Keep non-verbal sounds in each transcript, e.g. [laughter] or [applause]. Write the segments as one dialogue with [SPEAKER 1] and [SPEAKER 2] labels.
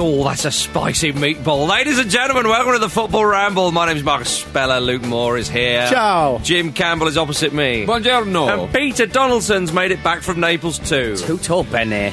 [SPEAKER 1] Oh, that's a spicy meatball. Ladies and gentlemen, welcome to the Football Ramble. My name's Marcus Speller. Luke Moore is here.
[SPEAKER 2] Ciao.
[SPEAKER 1] Jim Campbell is opposite me.
[SPEAKER 2] Buongiorno.
[SPEAKER 1] And Peter Donaldson's made it back from Naples too.
[SPEAKER 2] Tutto bene.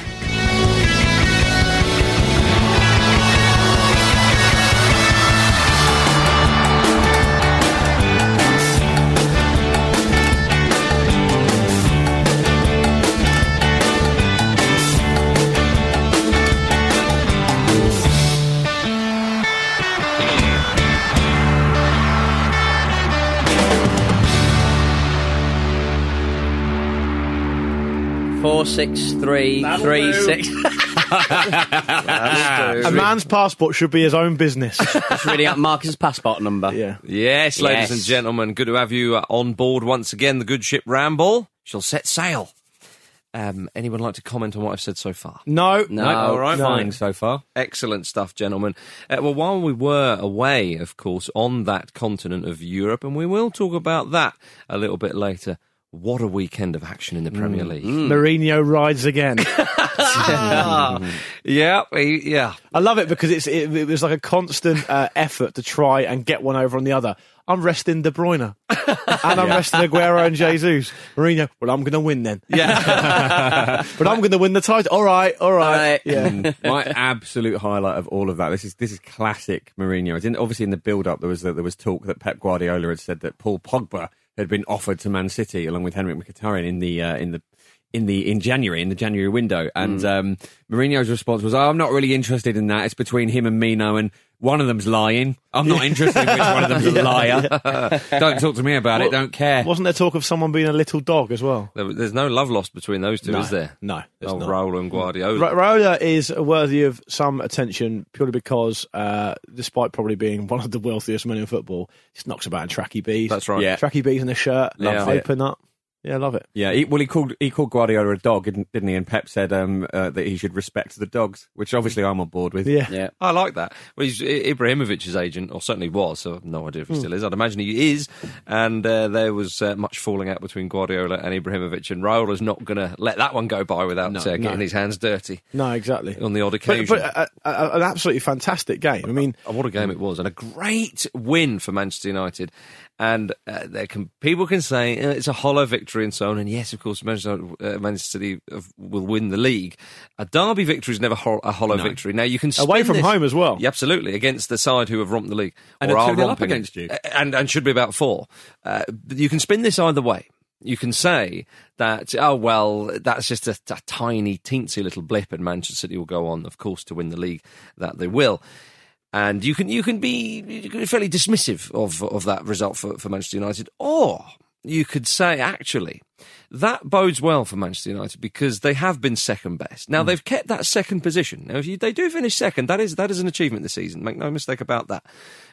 [SPEAKER 3] Four six three three six.
[SPEAKER 2] A man's passport should be his own business.
[SPEAKER 3] Just reading out Marcus's passport number.
[SPEAKER 2] yeah.
[SPEAKER 1] [laughs] Yes, ladies
[SPEAKER 3] Yes.
[SPEAKER 1] and gentlemen, good to have you uh, on board once again. The good ship Ramble shall set sail. Um, anyone like to comment on what I've said so far?
[SPEAKER 2] No.
[SPEAKER 3] No.
[SPEAKER 1] all right,
[SPEAKER 2] no.
[SPEAKER 1] fine so far. Excellent stuff, gentlemen. Uh, well, while we were away, of course, on that continent of Europe, and we will talk about that a little bit later. What a weekend of action in the Premier League!
[SPEAKER 2] Mourinho rides again.
[SPEAKER 1] Yeah, we- yeah.
[SPEAKER 2] I love it because it's it, it was like a constant uh, effort to try and get one over on the other. I'm resting De Bruyne, and I'm resting Aguero and Jesus. Mourinho, well, I'm going to win then.
[SPEAKER 1] Yeah.
[SPEAKER 2] [laughs] but I'm going to win the title. All right, all right.
[SPEAKER 3] All right.
[SPEAKER 2] [laughs] Yeah.
[SPEAKER 4] Mm. My absolute highlight of all of that. This is this is classic Mourinho. It's in, obviously in the build-up there was there was talk that Pep Guardiola had said that Paul Pogba had been offered to Man City along with Henrik Mkhitaryan in the uh, in the in the in January in the January window, and
[SPEAKER 2] Mm.
[SPEAKER 4] um, Mourinho's response was, oh, "I'm not really interested in that. It's between him and Mino, and one of them's lying. I'm not interested in which one of
[SPEAKER 2] [laughs]
[SPEAKER 4] them's a liar. don't talk to me about it. Don't care."
[SPEAKER 2] Wasn't there talk of someone being a little dog as well?
[SPEAKER 1] There- there's no love lost between those two,
[SPEAKER 2] No.
[SPEAKER 1] is there?
[SPEAKER 2] No, there's
[SPEAKER 1] oh,
[SPEAKER 2] not.
[SPEAKER 1] Raul and Guardiola.
[SPEAKER 2] Ra- Raiola is worthy of some attention purely because, uh, despite probably being one of the wealthiest men in football, just knocks about in tracky bees.
[SPEAKER 1] That's right.
[SPEAKER 4] Yeah.
[SPEAKER 2] Tracky bees in a shirt,
[SPEAKER 1] Yeah.
[SPEAKER 2] open up. Yeah, I love it.
[SPEAKER 4] Yeah, he, well, he called he called Guardiola a dog, didn't, didn't he? And Pep said um, uh, that he should respect the dogs, which obviously I'm on board with.
[SPEAKER 2] Yeah.
[SPEAKER 3] Yeah.
[SPEAKER 1] I like that. Well, he's I- Ibrahimovic's agent, or certainly was. So I have no idea if he still is. I'd imagine he is. And uh, there was uh, much falling out between Guardiola and Ibrahimovic, and Raiola's not going to let that one go by without uh, getting his hands dirty
[SPEAKER 2] No, exactly.
[SPEAKER 1] on the odd occasion.
[SPEAKER 2] But, but uh, uh, an absolutely fantastic game. I mean,
[SPEAKER 1] Oh, what a game it was, and a great win for Manchester United. And uh, there can people can say "Eh, it's a hollow victory and so on. And yes, of course, Manchester, uh, Manchester City of- will win the league. A derby victory is never hol- a hollow victory. Now you can spin
[SPEAKER 2] Away from
[SPEAKER 1] this-
[SPEAKER 2] home as well.
[SPEAKER 1] Yeah, absolutely, against the side who have romped the league
[SPEAKER 4] And
[SPEAKER 1] or
[SPEAKER 4] are
[SPEAKER 1] are
[SPEAKER 4] 2-0 up
[SPEAKER 1] romping it.
[SPEAKER 4] against you.
[SPEAKER 1] A- and and should be about four. Uh, you can spin this either way. You can say that oh well, that's just a, a tiny, teensy little blip, and Manchester City will go on, of course, to win the league. That they will and you can you can be you can be fairly dismissive of of that result for, for Manchester United, or you could say actually that bodes well for Manchester United because they have been second best. Now they've kept that second position. Now if you, they do finish second, that is that is an achievement this season. Make no mistake about that.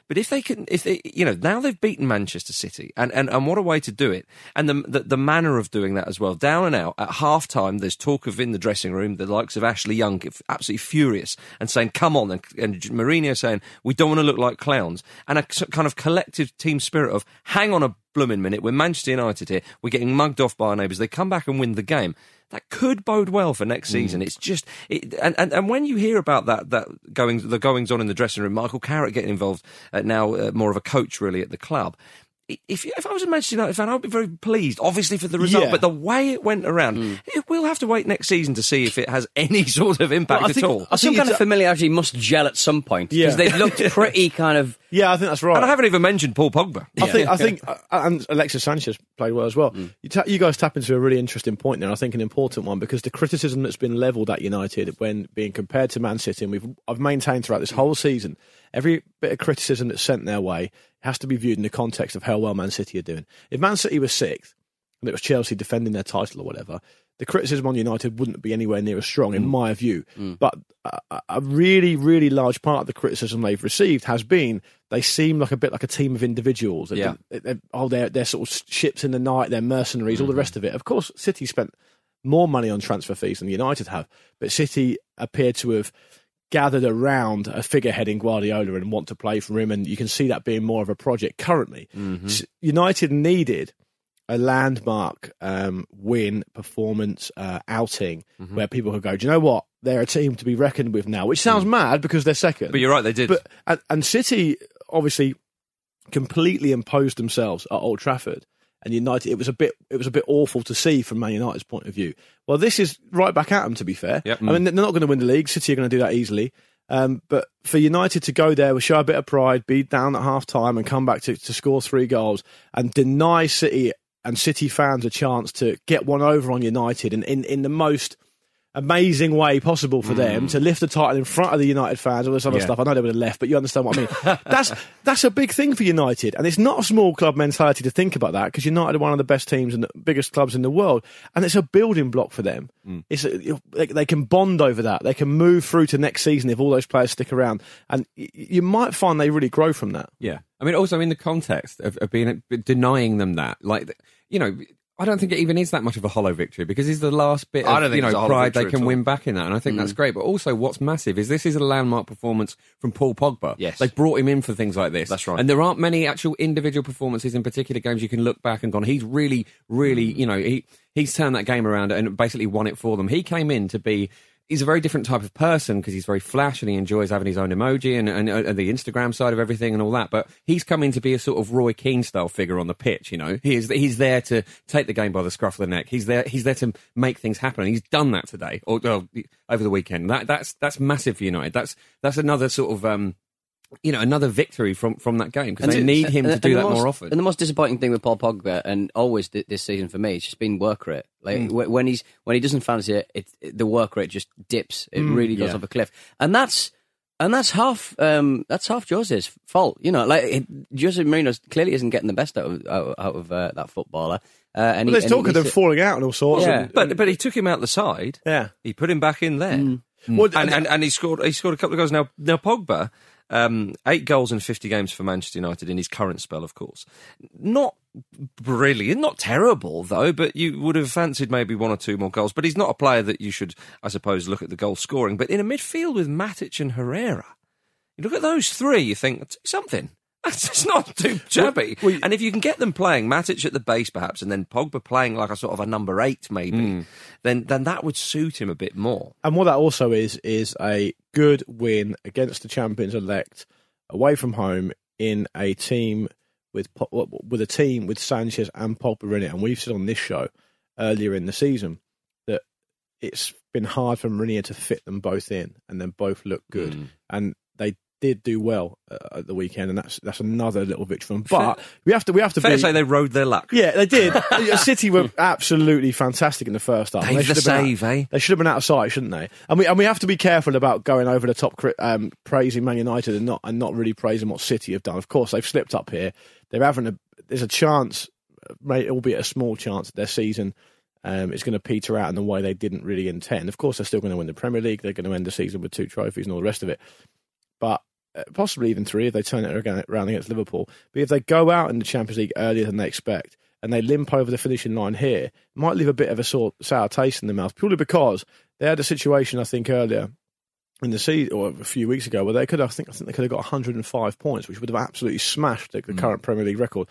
[SPEAKER 1] But if they can, if they, you know, now they've beaten Manchester City, and, and, and what a way to do it, and the, the the manner of doing that as well. Down and out at half time, there's talk of in the dressing room the likes of Ashley Young get absolutely furious and saying, "Come on!" and, and Mourinho saying, "We don't want to look like clowns," and a s- kind of collective team spirit of, "Hang on a blooming minute, we're Manchester United here, we're getting mugged off by our neighbours." They come back and win the game. That could bode well for next season. It's just, it, and, and and when you hear about that that goings the goings on in the dressing room, Michael Carrick getting involved uh, now, uh, more of a coach really at the club. I- If you, if I was a Manchester United fan, I'd be very pleased, obviously for the result,
[SPEAKER 2] Yeah.
[SPEAKER 1] but the way it went around, it- we'll have to wait next season to see if it has [laughs] any sort of impact
[SPEAKER 3] Well, I
[SPEAKER 1] at
[SPEAKER 3] think,
[SPEAKER 1] all.
[SPEAKER 3] I think
[SPEAKER 2] think
[SPEAKER 3] kind
[SPEAKER 2] it's
[SPEAKER 3] of familiarity must gel at some point because
[SPEAKER 2] Yeah.
[SPEAKER 4] [laughs]
[SPEAKER 3] they've looked pretty kind of.
[SPEAKER 2] yeah, I think that's right.
[SPEAKER 1] And I haven't even mentioned Paul Pogba.
[SPEAKER 2] I think I think uh, and Alexis Sanchez played well as well. You, ta- you guys tap into a really interesting point there. I think an important one because the criticism that's been levelled at United when being compared to Man City, and we've I've maintained throughout this whole season, every bit of criticism that's sent their way has to be viewed in the context of how well Man City are doing. If Man City was sixth and it was Chelsea defending their title or whatever. The criticism on United wouldn't be anywhere near as strong, in my view. But a, a- a really, really large part of the criticism they've received has been they seem like a bit like a team of individuals. They've
[SPEAKER 1] Yeah.
[SPEAKER 2] been- they- they're- oh, they're, they're sort of ships in the night, they're mercenaries, all the rest of it. Of course, City spent more money on transfer fees than United have, but City appear to have gathered around a figurehead in Guardiola and want to play for him, and you can see that being more of a project currently. S- United needed a landmark um, win, performance, uh, outing where people could go, do you know what? They're a team to be reckoned with now, which sounds mad because they're
[SPEAKER 1] [laughs]
[SPEAKER 2] second.
[SPEAKER 1] But you're right, they did.
[SPEAKER 2] But and, and City obviously completely imposed themselves at Old Trafford, and United. It was a bit. It was a bit awful to see from Man United's point of view. Well, this is right back at them. To be fair,
[SPEAKER 1] Yep.
[SPEAKER 2] I mean they're not going to win the league. City are going to do that easily. Um, but for United to go there, show a bit of pride, be down at half time, and come back to, to score three goals and deny City and City fans a chance to get one over on United and in, in the most amazing way possible for
[SPEAKER 1] Mm.
[SPEAKER 2] them to lift the title in front of the United fans, all this other
[SPEAKER 4] Yeah.
[SPEAKER 2] stuff. I know they would have left, but you understand what
[SPEAKER 1] [laughs]
[SPEAKER 2] I mean. that's that's a big thing for United, and it's not a small club mentality to think about that because United are one of the best teams and the biggest clubs in the world, and it's a building block for them.
[SPEAKER 1] Mm.
[SPEAKER 2] It's a, they, they can bond over that. They can move through to next season if all those players stick around, and y- you might find they really grow from that.
[SPEAKER 4] Yeah, I mean, also in the context of, of being denying them that, like you know, I don't think it even is that much of a hollow victory because it's the last bit. Of,
[SPEAKER 1] I don't think
[SPEAKER 4] you
[SPEAKER 1] it's a
[SPEAKER 4] know
[SPEAKER 1] hollow
[SPEAKER 4] pride
[SPEAKER 1] victory
[SPEAKER 4] they
[SPEAKER 1] at
[SPEAKER 4] can
[SPEAKER 1] all. Mm.
[SPEAKER 4] win back in that, and I think that's great. But also, what's massive is this is a landmark performance from Paul Pogba.
[SPEAKER 1] Yes.
[SPEAKER 4] they brought him in for things like this.
[SPEAKER 1] That's right.
[SPEAKER 4] and there aren't many actual individual performances in particular games you can look back and gone. He's really, really,
[SPEAKER 1] Hmm.
[SPEAKER 4] you know, he he's turned that game around and basically won it for them. He came in to be. He's a very different type of person because he's very flash and he enjoys having his own emoji and, and, and the Instagram side of everything and all that. But he's come in to be a sort of Roy Keane style figure on the pitch. You know, he is, he's there to take the game by the scruff of the neck. He's there. He's there to make things happen. And he's done that today or, or over the weekend. That that's that's massive for United. That's that's another sort of um, you know, another victory from from that game because they
[SPEAKER 3] the-
[SPEAKER 4] need him to
[SPEAKER 3] and
[SPEAKER 4] do
[SPEAKER 3] the
[SPEAKER 4] that
[SPEAKER 3] most-
[SPEAKER 4] more often.
[SPEAKER 3] And the most disappointing thing with Paul Pogba, and always th- this season for me, it's just been work rate. Like
[SPEAKER 4] Hmm.
[SPEAKER 3] wh- when he's when he doesn't fancy it, it, it- the work rate just dips. It really goes
[SPEAKER 4] Hmm, yeah.
[SPEAKER 3] off a cliff, and that's. And that's half. Um, that's half Jose's fault, you know. Like it, Jose Mourinho clearly isn't getting the best out of out, out of uh, that footballer. Uh,
[SPEAKER 2] But
[SPEAKER 3] and he-
[SPEAKER 2] there's
[SPEAKER 3] and
[SPEAKER 2] talk
[SPEAKER 3] he
[SPEAKER 2] of them
[SPEAKER 3] needs to-
[SPEAKER 2] falling out and all sorts.
[SPEAKER 3] Yeah.
[SPEAKER 2] and-
[SPEAKER 1] but but he took him out the side.
[SPEAKER 2] yeah.
[SPEAKER 1] He put him back in there,
[SPEAKER 3] Mm.
[SPEAKER 2] Well,
[SPEAKER 1] Mm. and, and and he scored. He scored a couple of goals. Now now Pogba, um, eight goals in fifty games for Manchester United in his current spell, of course. Not brilliant, not terrible though, but you would have fancied maybe one or two more goals. But he's not a player that you should, I suppose, look at the goal scoring. But in a midfield with Matic and Herrera, you look at those three, you think "That's something. [laughs] That's it's not too shabby.
[SPEAKER 2] Well, well,
[SPEAKER 1] and if you can get them playing Matic at the base, perhaps, and then Pogba playing like a sort of a number eight, maybe, then then that would suit him a bit more.
[SPEAKER 2] And what that also is is a good win against the champions elect, away from home in a team with Po- with a team with Sanchez and Pogba in it. And we've said on this show earlier in the season that it's been hard for Mourinho to fit them both in, and then both look good,
[SPEAKER 1] Mm.
[SPEAKER 2] and they did do well uh, at the weekend, and that's that's another little victory for them. But we have to we have to
[SPEAKER 1] Fair
[SPEAKER 2] be,
[SPEAKER 1] to say they rode their luck.
[SPEAKER 2] yeah, they did. [laughs] City were absolutely fantastic in the first half.
[SPEAKER 1] Dave
[SPEAKER 2] should
[SPEAKER 1] the
[SPEAKER 2] have been
[SPEAKER 1] save,
[SPEAKER 2] out,
[SPEAKER 1] eh?
[SPEAKER 2] They should have been out of sight, shouldn't they? And we and we have to be careful about going over the top, cri- um, praising Man United and not and not really praising what City have done. Of course, they've slipped up here. They're having a there's a chance, mate, albeit a small chance, that their season um, is going to peter out in the way they didn't really intend. Of course, they're still going to win the Premier League. They're going to end the season with two trophies and all the rest of it. But uh, possibly even three if they turn it aga- around against Liverpool. But if they go out in the Champions League earlier than they expect and they limp over the finishing line here, it might leave a bit of a sore, sour taste in the mouth purely because they had a situation I think earlier in the season or a few weeks ago where they could I think I think they could have got 105 points, which would have absolutely smashed the,
[SPEAKER 1] Hmm.
[SPEAKER 2] the current Premier League record.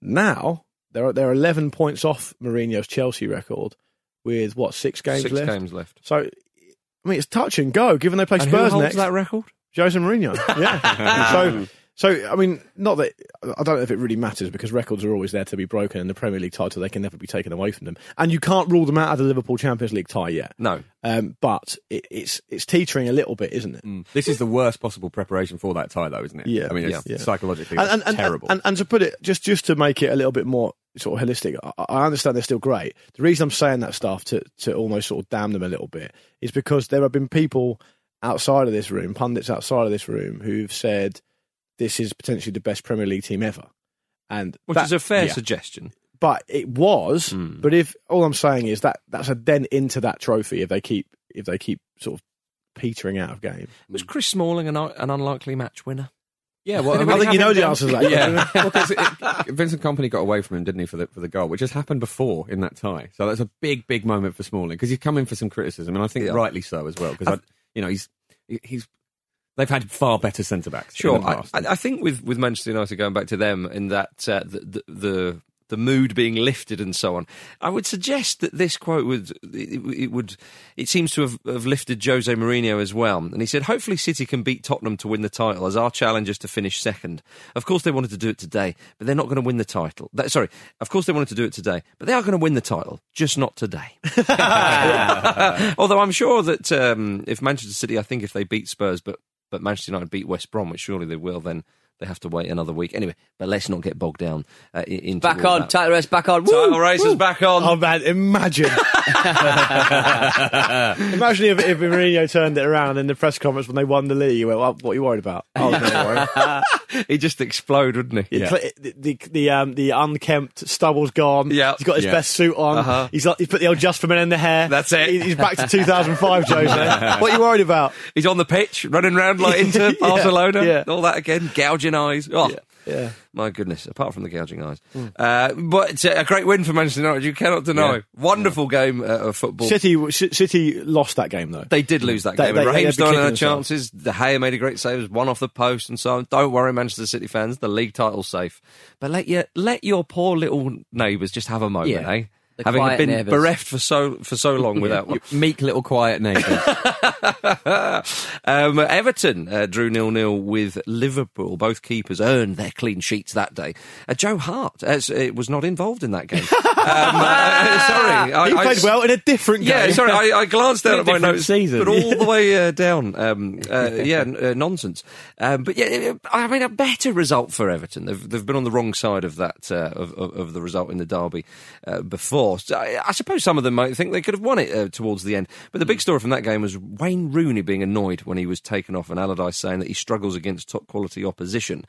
[SPEAKER 2] Now they're they're 11 points off Mourinho's Chelsea record with what six games
[SPEAKER 1] Six
[SPEAKER 2] left.
[SPEAKER 1] games left.
[SPEAKER 2] So I mean it's touch and go given they play
[SPEAKER 1] and
[SPEAKER 2] Spurs
[SPEAKER 1] who holds
[SPEAKER 2] next.
[SPEAKER 1] that record?
[SPEAKER 2] Jose Mourinho. Yeah. so, so I mean, not that I don't know if it really matters because records are always there to be broken, and the Premier League title they can never be taken away from them, and you can't rule them out of the Liverpool Champions League tie yet.
[SPEAKER 1] No.
[SPEAKER 2] Um, but it, it's it's teetering a little bit, isn't it?
[SPEAKER 4] This is the worst possible preparation for that tie, though, isn't it?
[SPEAKER 2] Yeah.
[SPEAKER 4] I mean, it's
[SPEAKER 2] Yeah.
[SPEAKER 4] psychologically
[SPEAKER 2] and, and,
[SPEAKER 4] that's
[SPEAKER 2] and,
[SPEAKER 4] terrible.
[SPEAKER 2] And, and to put it just just to make it a little bit more sort of holistic, I, I understand they're still great. The reason I'm saying that stuff to to almost sort of damn them a little bit is because there have been people outside of this room, pundits outside of this room, who've said this is potentially the best Premier League team ever. And
[SPEAKER 1] Which
[SPEAKER 2] that-
[SPEAKER 1] is a fair
[SPEAKER 2] yeah.
[SPEAKER 1] suggestion.
[SPEAKER 2] but it was. But if all I'm saying is that that's a dent into that trophy if they keep if they keep sort of petering out of game.
[SPEAKER 1] Was Chris Smalling an, un- an unlikely match winner?
[SPEAKER 4] yeah, well,
[SPEAKER 2] I think you know the answer to that.
[SPEAKER 4] Yeah, [laughs] well, 'cause it- [laughs] Vincent Company got away from him, didn't he, for the for the goal, which has happened before in that tie. So that's a big, big moment for Smalling because he's come in for some criticism, and I think
[SPEAKER 1] Yeah.
[SPEAKER 4] rightly so as well because you know he's he- he's they've had far better centre backs.
[SPEAKER 1] Sure,
[SPEAKER 4] in the
[SPEAKER 1] I,
[SPEAKER 4] past.
[SPEAKER 1] I I think with, with Manchester United going back to them in that uh, the, the the the mood being lifted and so on, I would suggest that this quote would it, it would it seems to have, have lifted Jose Mourinho as well. And he said, "Hopefully, City can beat Tottenham to win the title, as our challenge is to finish second. Of course, they wanted to do it today, but they're not going to win the title. That- sorry, of course they wanted to do it today, but they are going to win the title, just not today." [laughs] Although I'm sure that um, if Manchester City, I think if they beat Spurs, but but Manchester United beat West Brom, which surely they will, then they have to wait another week anyway. But let's not get bogged down uh, i- into
[SPEAKER 3] Back
[SPEAKER 1] all
[SPEAKER 3] on,
[SPEAKER 1] that.
[SPEAKER 3] title race, back on. Woo!
[SPEAKER 1] title race is back on.
[SPEAKER 2] Oh
[SPEAKER 1] [laughs]
[SPEAKER 2] man, imagine. imagine if, if Mourinho turned it around in the press conference when they won the league. You went, well, what are you worried about? Oh, don't
[SPEAKER 1] [laughs]
[SPEAKER 2] worry.
[SPEAKER 1] He'd just explode, wouldn't he?
[SPEAKER 2] It cl- The, the, the, um, the unkempt stubble's gone.
[SPEAKER 1] Yeah.
[SPEAKER 2] He's got his
[SPEAKER 4] Yeah.
[SPEAKER 2] best suit on.
[SPEAKER 1] Uh-huh.
[SPEAKER 2] He's, like, he's put the old Just For Men in the hair.
[SPEAKER 1] That's it.
[SPEAKER 2] He- He's back to 2005,
[SPEAKER 1] [laughs]
[SPEAKER 2] Jose. what are you worried about?
[SPEAKER 1] He's on the pitch, running round
[SPEAKER 2] [laughs]
[SPEAKER 1] like into
[SPEAKER 2] Yeah,
[SPEAKER 1] Barcelona,
[SPEAKER 2] yeah.
[SPEAKER 1] all that again, gouging eyes. Oh.
[SPEAKER 2] Yeah. Hmm.
[SPEAKER 1] My goodness, apart from the gouging eyes. Uh, but uh, a great win for Manchester United, you cannot deny.
[SPEAKER 4] Yeah.
[SPEAKER 1] Wonderful game uh, of football.
[SPEAKER 2] City, C- City lost that game, though.
[SPEAKER 1] They did lose that
[SPEAKER 2] They-
[SPEAKER 1] game.
[SPEAKER 2] they-
[SPEAKER 1] and
[SPEAKER 2] they'd
[SPEAKER 1] Raheem
[SPEAKER 2] be
[SPEAKER 1] Sterling
[SPEAKER 2] kicking
[SPEAKER 1] had
[SPEAKER 2] themselves.
[SPEAKER 1] chances. De Gea made a great save. It was one off the post and so on. Don't worry, Manchester City fans. The league title's safe. But let your let your poor little neighbours just have a moment,
[SPEAKER 3] Yeah.
[SPEAKER 1] eh?
[SPEAKER 3] The
[SPEAKER 1] Having
[SPEAKER 3] quiet
[SPEAKER 1] been
[SPEAKER 3] neighbours.
[SPEAKER 1] bereft for so for so long
[SPEAKER 2] [laughs]
[SPEAKER 1] without one. [laughs]
[SPEAKER 4] You meek little quiet neighbours.
[SPEAKER 1] um, Everton uh, drew nil nil with Liverpool. Both keepers earned their clean sheets that day. Uh, Joe Hart uh, s- uh, was not involved in that game.
[SPEAKER 2] [laughs]
[SPEAKER 1] Um, uh, sorry, I,
[SPEAKER 2] He
[SPEAKER 1] I
[SPEAKER 2] played
[SPEAKER 1] s-
[SPEAKER 2] well in a different game.
[SPEAKER 1] Yeah, sorry, I, I glanced down at
[SPEAKER 4] It's a
[SPEAKER 1] my
[SPEAKER 4] different
[SPEAKER 1] notes,
[SPEAKER 4] season.
[SPEAKER 1] but all the way uh, down. Um,
[SPEAKER 4] [laughs]
[SPEAKER 1] uh, yeah, n- uh, nonsense. Um, but yeah, it- I mean, a better result for Everton. They've they've been on the wrong side of that uh, of, of of the result in the derby uh, before. So I, I suppose some of them might think they could have won it uh, towards the end.
[SPEAKER 4] Hmm.
[SPEAKER 1] But the big story from that game was Wayne Rooney being annoyed when he was taken off, and Allardyce saying that he struggles against top
[SPEAKER 4] [laughs]
[SPEAKER 1] quality opposition.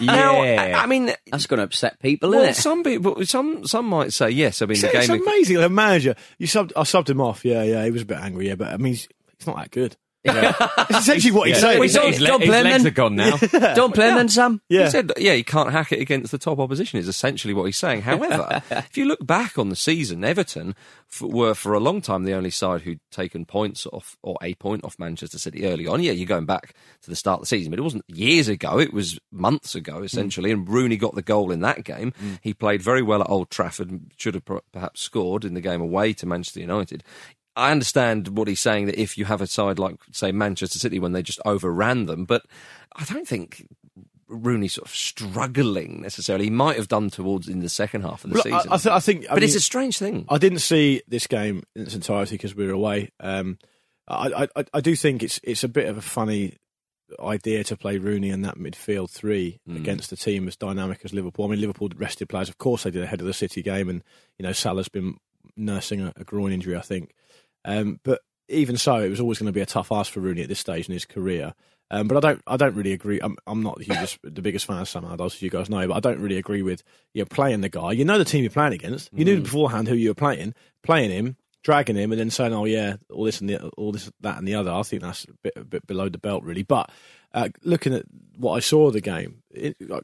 [SPEAKER 1] Now, I, I mean.
[SPEAKER 3] That's going to upset people,
[SPEAKER 1] Well,
[SPEAKER 3] isn't
[SPEAKER 1] some people, some some might say yes. I mean,
[SPEAKER 2] It's,
[SPEAKER 1] the
[SPEAKER 2] it's
[SPEAKER 1] game
[SPEAKER 2] amazing. The manager, you subbed, I subbed him off. Yeah, yeah, he was a bit angry. Yeah, but I mean, he's, he's not that good. [laughs] It's essentially what he's
[SPEAKER 3] Yeah.
[SPEAKER 2] saying.
[SPEAKER 3] We saw-
[SPEAKER 4] his, le-
[SPEAKER 3] don't
[SPEAKER 4] his
[SPEAKER 3] blame
[SPEAKER 4] legs
[SPEAKER 3] them.
[SPEAKER 4] are gone now.
[SPEAKER 3] Don't blame them, Sam.
[SPEAKER 1] He said, yeah, you can't hack it against the top opposition, is essentially what he's saying. However, if you look back on the season, Everton f- were for a long time the only side who'd taken points off, or a point off Manchester City early on. Yeah, you're going back to the start of the season, but it wasn't years ago, it was months ago, essentially. And Rooney got the goal in that game. He played very well at Old Trafford and should have per- perhaps scored in the game away to Manchester United. I understand what he's saying that if you have a side like, say, Manchester City when they just overran them, but I don't think Rooney sort of struggling necessarily. He might have done towards in the second half of the
[SPEAKER 2] Well, I-
[SPEAKER 1] season.
[SPEAKER 2] I, th- I think. I
[SPEAKER 1] but it's
[SPEAKER 2] mean-
[SPEAKER 1] a strange thing.
[SPEAKER 2] I didn't see this game in its entirety because we were away. Um, I, I, I- I do think it's it's a bit of a funny idea to play Rooney and that midfield three
[SPEAKER 1] Hmm.
[SPEAKER 2] against a team as dynamic as Liverpool. I mean, Liverpool rested players, of course, they did ahead of the City game, and you know Salah's been nursing a, a groin injury, I think. Um, but even so, it was always going to be a tough ask for Rooney at this stage in his career. Um, but I don't, I don't really agree. I'm, I'm not the, hugest, the biggest fan of Sam Allardyce, as you guys know. But I don't really agree with you know, playing the guy. You know the team you're playing against. You knew beforehand who you were playing, playing him, dragging him, and then saying, "Oh yeah, all this and the, all this, that and the other." I think that's a bit, a bit below the belt, really. But uh, looking at what I saw of the game, it, like,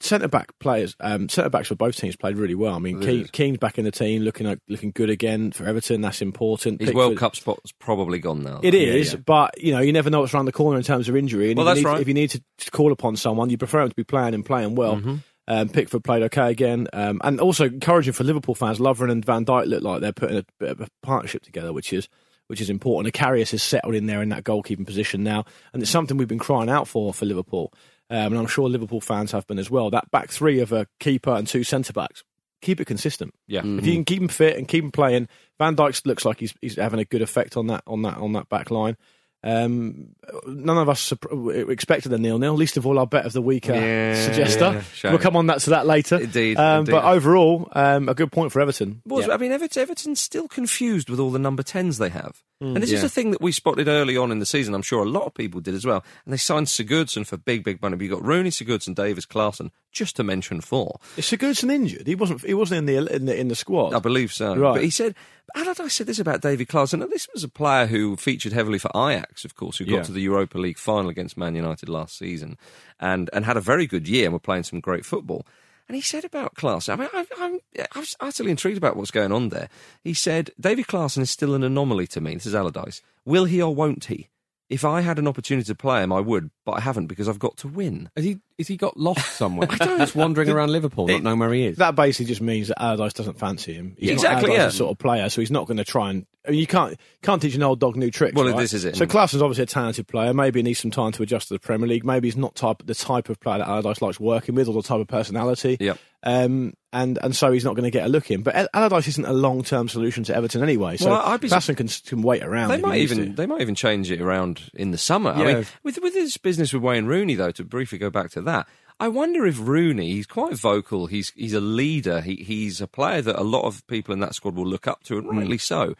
[SPEAKER 2] centre back players, um, centre backs for both teams played really well. I mean, Keane, Keane's back in the team, looking like, looking good again for Everton. That's important.
[SPEAKER 1] His
[SPEAKER 2] Pickford-
[SPEAKER 1] World Cup spot's probably gone now.
[SPEAKER 2] it
[SPEAKER 1] though.
[SPEAKER 2] is, but you know, you never know what's around the corner in terms of injury. And
[SPEAKER 1] Well,
[SPEAKER 2] if,
[SPEAKER 1] that's
[SPEAKER 2] you need,
[SPEAKER 1] right.
[SPEAKER 2] if you need to call upon someone, you prefer him to be playing and playing well.
[SPEAKER 1] Mm-hmm.
[SPEAKER 2] Um, Pickford played okay again, um, and also encouraging for Liverpool fans. Lovren and Van Dijk look like they're putting a bit of a partnership together, which is which is important. Acarius is settled in there in that goalkeeping position now, and it's something we've been crying out for for Liverpool, um, and I'm sure Liverpool fans have been as well. That back three of a keeper and two centre backs, keep it consistent.
[SPEAKER 1] Yeah.
[SPEAKER 2] If you can keep him fit and keep him playing, Van Dijk looks like he's he's having a good effect on that on that on that back line. Um, none of us sup- expected a nil nil. Least of all, our bet of the week uh,
[SPEAKER 1] Yeah,
[SPEAKER 2] suggester.
[SPEAKER 1] shame.
[SPEAKER 2] we'll come on that to that later.
[SPEAKER 1] Indeed,
[SPEAKER 2] um, but
[SPEAKER 1] indeed.
[SPEAKER 2] overall, um, a good point for Everton.
[SPEAKER 1] Was, I mean, Everton, Everton's still confused with all the number 10s they have. and this is a thing that we spotted early on in the season. I'm sure a lot of people did as well. And they signed Sigurdsson for big, big money. But you got Rooney, Sigurdsson, Davis, Clarkson, just to mention four.
[SPEAKER 2] Is Sigurdsson injured? He wasn't. He wasn't in the in the, in the squad.
[SPEAKER 1] I believe so.
[SPEAKER 2] Right.
[SPEAKER 1] But he said, Allardyce said this about David Clarkson, and this was a player who featured heavily for Ajax, of course, who got
[SPEAKER 4] Yeah.
[SPEAKER 1] to the Europa League final against Man United last season, and and had a very good year and were playing some great football. And he said about Clarkson, I mean, I, I'm, I was utterly intrigued about what's going on there. He said, David Clarkson is still an anomaly to me. This is Allardyce. Will he or won't he? If I had an opportunity to play him, I would, but I haven't because I've got to win.
[SPEAKER 4] Has he, has he got lost [laughs] somewhere? Just wandering around Liverpool, not knowing where he is.
[SPEAKER 2] That basically just means that Allardyce doesn't fancy him. He's
[SPEAKER 1] Exactly,
[SPEAKER 2] not
[SPEAKER 1] yeah.
[SPEAKER 2] Allardyce's sort of player, so he's not going to try and. I mean, you can't can't teach an old dog new tricks.
[SPEAKER 1] Well,
[SPEAKER 2] right?
[SPEAKER 1] this is it.
[SPEAKER 2] So Clausen's obviously a talented player. Maybe he needs some time to adjust to the Premier League. Maybe he's not type the type of player that Allardyce likes working with, or the type of personality.
[SPEAKER 1] Yep.
[SPEAKER 2] Um, and and so he's not going to get a look in. But Al- Allardyce isn't a long term solution to Everton anyway. So
[SPEAKER 1] Well, I'd be-
[SPEAKER 2] Clausen can, can wait around.
[SPEAKER 1] They
[SPEAKER 2] if he
[SPEAKER 1] might
[SPEAKER 2] needs
[SPEAKER 1] even
[SPEAKER 2] to.
[SPEAKER 1] they might even change it around in the summer. I
[SPEAKER 4] Yeah.
[SPEAKER 1] mean, with with his business with Wayne Rooney though, to briefly go back to that, I wonder if Rooney he's quite vocal. He's he's a leader. He he's a player that a lot of people in that squad will look up to, and rightly so.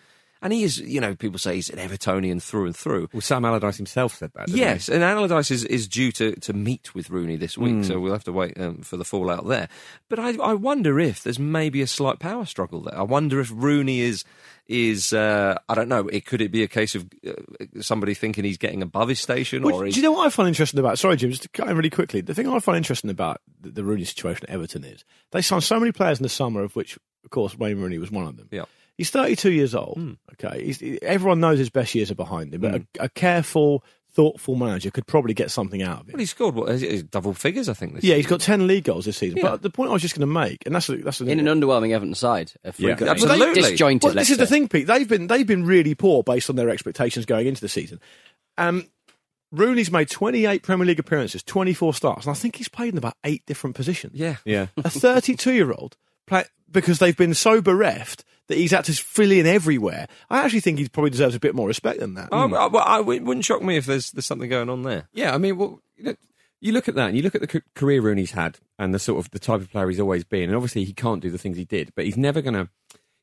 [SPEAKER 1] And he is, you know, people say he's an Evertonian through and through.
[SPEAKER 4] Well, Sam Allardyce himself said that. didn't he?
[SPEAKER 1] Yes, and Allardyce is, is due to, to meet with Rooney this week,
[SPEAKER 4] Hmm.
[SPEAKER 1] so we'll have to wait um, for the fallout there. But I, I wonder if there's maybe a slight power struggle there. I wonder if Rooney is is uh, I don't know. It could it be a case of uh, somebody thinking he's getting above his station,
[SPEAKER 2] Well,
[SPEAKER 1] or
[SPEAKER 2] do
[SPEAKER 1] he's,
[SPEAKER 2] you know what I find interesting about? Sorry, Jim, just to cut in really quickly. The thing I find interesting about the, the Rooney situation at Everton is they signed so many players in the summer, of which, of course, Wayne Rooney was one of them.
[SPEAKER 1] Yeah. Hmm.
[SPEAKER 2] He's 32 years old. Okay. He's, he- everyone knows his best years are behind him, but a, a careful, thoughtful manager could probably get something out of it.
[SPEAKER 1] well, he scored what is it- double figures, I think. This
[SPEAKER 2] yeah,
[SPEAKER 1] year.
[SPEAKER 2] he's got 10 league goals this season.
[SPEAKER 1] Yeah.
[SPEAKER 2] But the point I was just going to make, and that's a, that's a,
[SPEAKER 3] In an underwhelming Everton side, if
[SPEAKER 4] Yeah.
[SPEAKER 3] we got
[SPEAKER 1] Absolutely.
[SPEAKER 3] disjointed.
[SPEAKER 2] Well,
[SPEAKER 3] let's
[SPEAKER 2] this is the
[SPEAKER 3] say.
[SPEAKER 2] thing, Pete. They've been they've been really poor based on their expectations going into the season. Um, Rooney's made 28 Premier League appearances, 24 starts, and I think he's played in about eight different positions.
[SPEAKER 1] yeah.
[SPEAKER 4] Yeah.
[SPEAKER 2] A 32 year old [laughs] play because they've been so bereft that he's had to fill in everywhere. I actually think he probably deserves a bit more respect than that. Hmm.
[SPEAKER 4] Hmm.
[SPEAKER 1] Oh, well, [laughs] I, it wouldn't shock me if there's there's something going on there.
[SPEAKER 4] Yeah, I mean, well, you, know, you look at that and you look at the c- career Rooney's had and the sort of the type of player he's always been, and obviously he can't do the things he did, but he's never going to.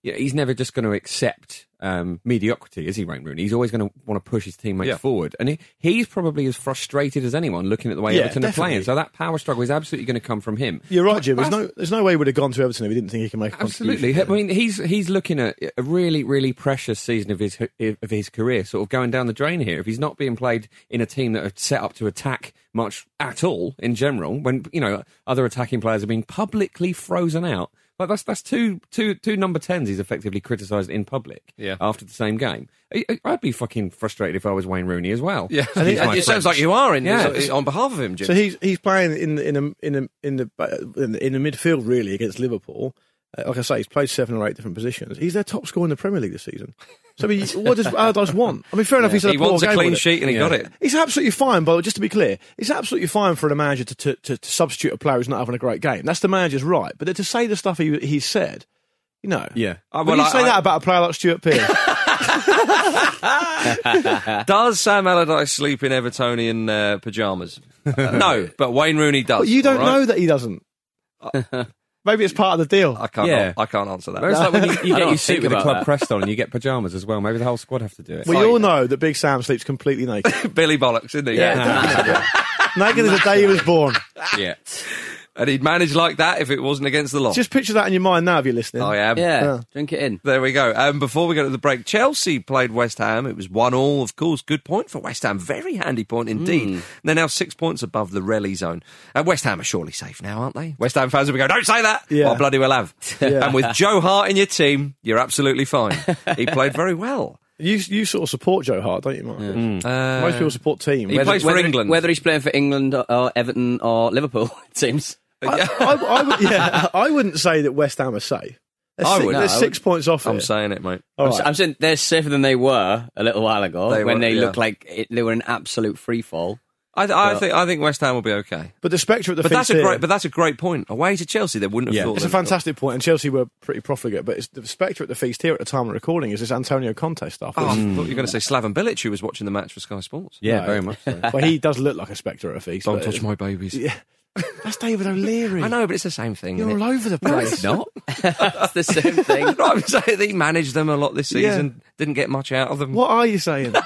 [SPEAKER 4] you know, he's never just going to accept um, mediocrity, is he, Wayne Rooney? He's always going to want to push his teammates
[SPEAKER 1] Yeah.
[SPEAKER 4] forward, and he, he's probably as frustrated as anyone looking at the way
[SPEAKER 2] Yeah,
[SPEAKER 4] Everton are playing.
[SPEAKER 2] definitely.
[SPEAKER 4] So that power struggle is absolutely going to come from him.
[SPEAKER 2] You're right, Jim. There's
[SPEAKER 4] That's-
[SPEAKER 2] no, there's no way we'd have gone to Everton if we didn't think he can make a
[SPEAKER 4] Absolutely. I
[SPEAKER 2] contribution.
[SPEAKER 4] mean, he's uh, he's looking at a really, really precious season of his of his career, sort of going down the drain here. If he's not being played in a team that are set up to attack much at all in general, when you know other attacking players are being publicly frozen out, like that's that's two two two number tens he's effectively criticised in public
[SPEAKER 1] Yeah.
[SPEAKER 4] after the same game. I, I- I'd be fucking frustrated if I was Wayne Rooney as well.
[SPEAKER 1] Yeah,
[SPEAKER 4] Excuse
[SPEAKER 1] it
[SPEAKER 4] my
[SPEAKER 1] sounds
[SPEAKER 4] French.
[SPEAKER 1] like you are in
[SPEAKER 4] Yeah.
[SPEAKER 1] on behalf of him, Jim.
[SPEAKER 2] So he's he's playing in the- in a, in a, in the in the in the midfield really against Liverpool. Uh, like I say, he's played seven or eight different positions. He's their top scorer in the Premier League this season.
[SPEAKER 1] [laughs]
[SPEAKER 2] So I mean, what does Allardyce want? I mean, fair enough. he's had
[SPEAKER 1] he
[SPEAKER 2] a poor
[SPEAKER 1] wants a
[SPEAKER 2] game
[SPEAKER 1] clean
[SPEAKER 2] with it.
[SPEAKER 1] sheet and he got
[SPEAKER 4] Yeah.
[SPEAKER 1] it.
[SPEAKER 2] It's absolutely fine, but just to be clear, it's absolutely fine for a manager to, to, to, to substitute a player who's not having a great game. That's the manager's right. But to say the stuff he he said, you know,
[SPEAKER 4] Yeah.
[SPEAKER 1] Uh,
[SPEAKER 2] When
[SPEAKER 1] well,
[SPEAKER 2] you
[SPEAKER 1] I-
[SPEAKER 2] say
[SPEAKER 1] I-
[SPEAKER 2] that about a player like
[SPEAKER 1] [laughs]
[SPEAKER 2] Stuart Pearce,
[SPEAKER 1] Does Sam Allardyce sleep in Evertonian uh, [laughs] pajamas? no, but Wayne Rooney does.
[SPEAKER 2] but you don't
[SPEAKER 1] all right?
[SPEAKER 2] know that
[SPEAKER 1] [laughs]
[SPEAKER 2] he doesn't. Maybe it's part of the deal.
[SPEAKER 1] I can't.
[SPEAKER 4] Yeah.
[SPEAKER 1] I can't answer that.
[SPEAKER 4] It's like when you, you
[SPEAKER 3] [laughs] I
[SPEAKER 4] get
[SPEAKER 3] don't
[SPEAKER 4] your suit
[SPEAKER 3] think
[SPEAKER 4] with a
[SPEAKER 3] about
[SPEAKER 4] club
[SPEAKER 3] that.
[SPEAKER 4] pressed on and you get pajamas as well. Maybe the whole squad have to do it.
[SPEAKER 2] We all know that Big Sam sleeps completely naked.
[SPEAKER 1] Billy bollocks, isn't he?
[SPEAKER 2] [laughs] naked as the day he was born.
[SPEAKER 4] yeah.
[SPEAKER 1] and he'd manage like that if it wasn't against the law.
[SPEAKER 2] Just picture that in your mind now if you're listening.
[SPEAKER 1] I am.
[SPEAKER 3] Yeah,
[SPEAKER 2] Yeah.
[SPEAKER 3] drink it in.
[SPEAKER 1] There we go. Um, before we go to the break, Chelsea played West Ham. It was one all, of course. Good point for West Ham. Very handy point indeed.
[SPEAKER 2] Hmm.
[SPEAKER 1] They're now six points above the rally zone. And West Ham are surely safe now, aren't they? West Ham fans will be going, don't say that.
[SPEAKER 2] Yeah.
[SPEAKER 1] Well, bloody well have.
[SPEAKER 2] [laughs] Yeah.
[SPEAKER 1] And with Joe Hart in your team, you're absolutely fine. he played very well.
[SPEAKER 2] You, you sort of support Joe Hart, don't you, Mark?
[SPEAKER 1] Uh,
[SPEAKER 2] Most people support team.
[SPEAKER 1] he
[SPEAKER 2] Whether-
[SPEAKER 1] plays for
[SPEAKER 3] whether,
[SPEAKER 1] England. [laughs]
[SPEAKER 3] Whether he's playing for England or, or Everton or Liverpool, [laughs] it seems.
[SPEAKER 2] I, [laughs] I, I would, yeah, I wouldn't say that West Ham are safe. They're
[SPEAKER 1] I
[SPEAKER 2] six,
[SPEAKER 1] would.
[SPEAKER 2] they're
[SPEAKER 1] No, I
[SPEAKER 2] six points off.
[SPEAKER 1] I'm
[SPEAKER 2] it.
[SPEAKER 1] saying it, mate.
[SPEAKER 2] All
[SPEAKER 3] I'm, s-
[SPEAKER 2] right.
[SPEAKER 3] I'm saying they're safer than they were a little while ago
[SPEAKER 1] They
[SPEAKER 3] when
[SPEAKER 1] were,
[SPEAKER 3] they
[SPEAKER 1] yeah.
[SPEAKER 3] looked like it, they were an absolute free fall.
[SPEAKER 1] I, I think I think West Ham will be okay.
[SPEAKER 2] but the spectre of the
[SPEAKER 1] But that's a
[SPEAKER 2] here,
[SPEAKER 1] great. But that's a great point. Away to Chelsea, they wouldn't have
[SPEAKER 4] Yeah.
[SPEAKER 1] thought.
[SPEAKER 2] it's a
[SPEAKER 1] they'd have
[SPEAKER 2] fantastic point, and Chelsea were pretty profligate. But it's the spectre at the feast here at the time of recording is this Antonio Conte stuff.
[SPEAKER 1] Oh, I
[SPEAKER 2] which-
[SPEAKER 1] thought you were going to say Slaven Bilic, who was watching the match for Sky Sports.
[SPEAKER 4] Yeah,
[SPEAKER 2] No.
[SPEAKER 4] very much. So.
[SPEAKER 2] but he does look like a spectre at a feast.
[SPEAKER 1] Don't
[SPEAKER 2] but
[SPEAKER 1] touch
[SPEAKER 2] it's-
[SPEAKER 1] my babies.
[SPEAKER 2] [laughs] Yeah. That's David O'Leary.
[SPEAKER 1] I know, but it's the same thing.
[SPEAKER 2] You're
[SPEAKER 1] isn't
[SPEAKER 2] all
[SPEAKER 1] it?
[SPEAKER 2] over the
[SPEAKER 1] No,
[SPEAKER 2] place.
[SPEAKER 1] it's
[SPEAKER 2] [laughs]
[SPEAKER 1] not.
[SPEAKER 3] It's the same
[SPEAKER 1] [laughs]
[SPEAKER 3] thing.
[SPEAKER 1] No, I'm saying he managed them a lot this
[SPEAKER 2] Yeah.
[SPEAKER 1] season. Didn't get much out of them.
[SPEAKER 2] What are you saying? but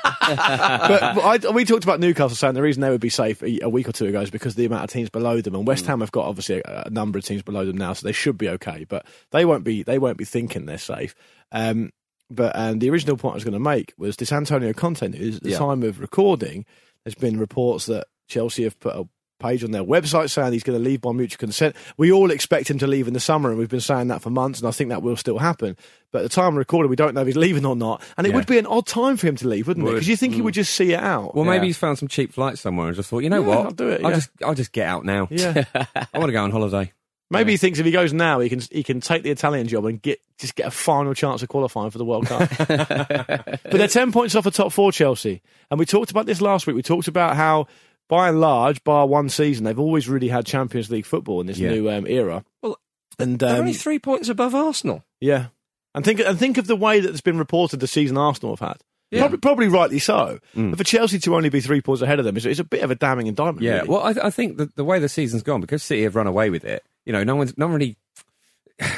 [SPEAKER 2] but I, we talked about Newcastle saying the reason they would be safe a, a week or two ago is because the amount of teams below them, and West Ham have got obviously a, a number of teams below them now, so they should be okay. But they won't be. They won't be thinking they're safe. Um, but um, the original point I was going to make was this Antonio Conte news. At the
[SPEAKER 1] Yeah.
[SPEAKER 2] time of recording, there's been reports that Chelsea have put a page on their website saying he's going to leave by mutual consent. We all expect him to leave in the summer, and we've been saying that for months, and I think that will still happen. But at the time of recording, we don't know if he's leaving or not, and it
[SPEAKER 4] Yeah. Mm.
[SPEAKER 2] would be an odd time for him to leave, wouldn't it?
[SPEAKER 1] Would.
[SPEAKER 2] Because you think he would just see it out.
[SPEAKER 4] Well, maybe
[SPEAKER 1] Yeah.
[SPEAKER 4] he's found some cheap flights somewhere and just thought, you know
[SPEAKER 2] Yeah,
[SPEAKER 4] what,
[SPEAKER 2] I'll do it,
[SPEAKER 4] I'll
[SPEAKER 2] yeah.
[SPEAKER 4] just, I'll just get out now.
[SPEAKER 2] yeah,
[SPEAKER 4] [laughs] I want to go on holiday.
[SPEAKER 2] maybe he thinks if he goes now, he can he can take the Italian job and get just get a final chance of qualifying for the
[SPEAKER 4] [laughs]
[SPEAKER 2] World Cup. but they're ten points off the top four, Chelsea, and we talked about this last week. We talked about how, by and large, bar one season, they've always really had Champions League football in this
[SPEAKER 4] Yeah.
[SPEAKER 2] new um, era.
[SPEAKER 1] Well,
[SPEAKER 2] and
[SPEAKER 1] They're
[SPEAKER 2] um,
[SPEAKER 1] only three points above Arsenal.
[SPEAKER 2] Yeah. And think and think of the way that it's been reported the season Arsenal have had. Probably, probably rightly so.
[SPEAKER 4] Mm.
[SPEAKER 2] But for Chelsea to only be three points ahead of them is, is a bit of a damning indictment.
[SPEAKER 4] Yeah,
[SPEAKER 2] really.
[SPEAKER 4] well, I, I think the, the way the season's gone because City have run away with it. You know, no one's not really. [sighs]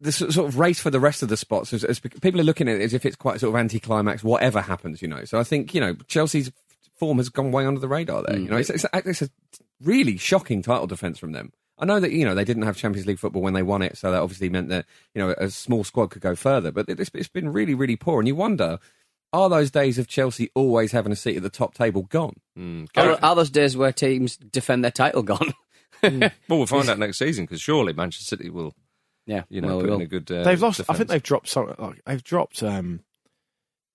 [SPEAKER 4] The sort sort of race for the rest of the spots is, is people are looking at it as if it's quite sort of anticlimax. Whatever happens, you know. So I think you know Chelsea's form has gone way under the radar there. You know, it's, it's, it's a really shocking title defense from them. I know that you know they didn't have Champions League football when they won it, so that obviously meant that you know a small squad could go further. But it's, it's been really, really poor, and you wonder are those days of Chelsea always having a seat at the top table gone?
[SPEAKER 3] Are, are those days where teams defend their title gone?
[SPEAKER 1] [laughs] Well, we'll find out next season because surely Manchester City will,
[SPEAKER 3] yeah,
[SPEAKER 1] you know,
[SPEAKER 3] well,
[SPEAKER 1] put
[SPEAKER 3] we
[SPEAKER 1] in a
[SPEAKER 3] will.
[SPEAKER 1] good. Uh,
[SPEAKER 2] they've lost. I
[SPEAKER 1] defence.
[SPEAKER 2] think they've dropped some. Like, they've dropped, um,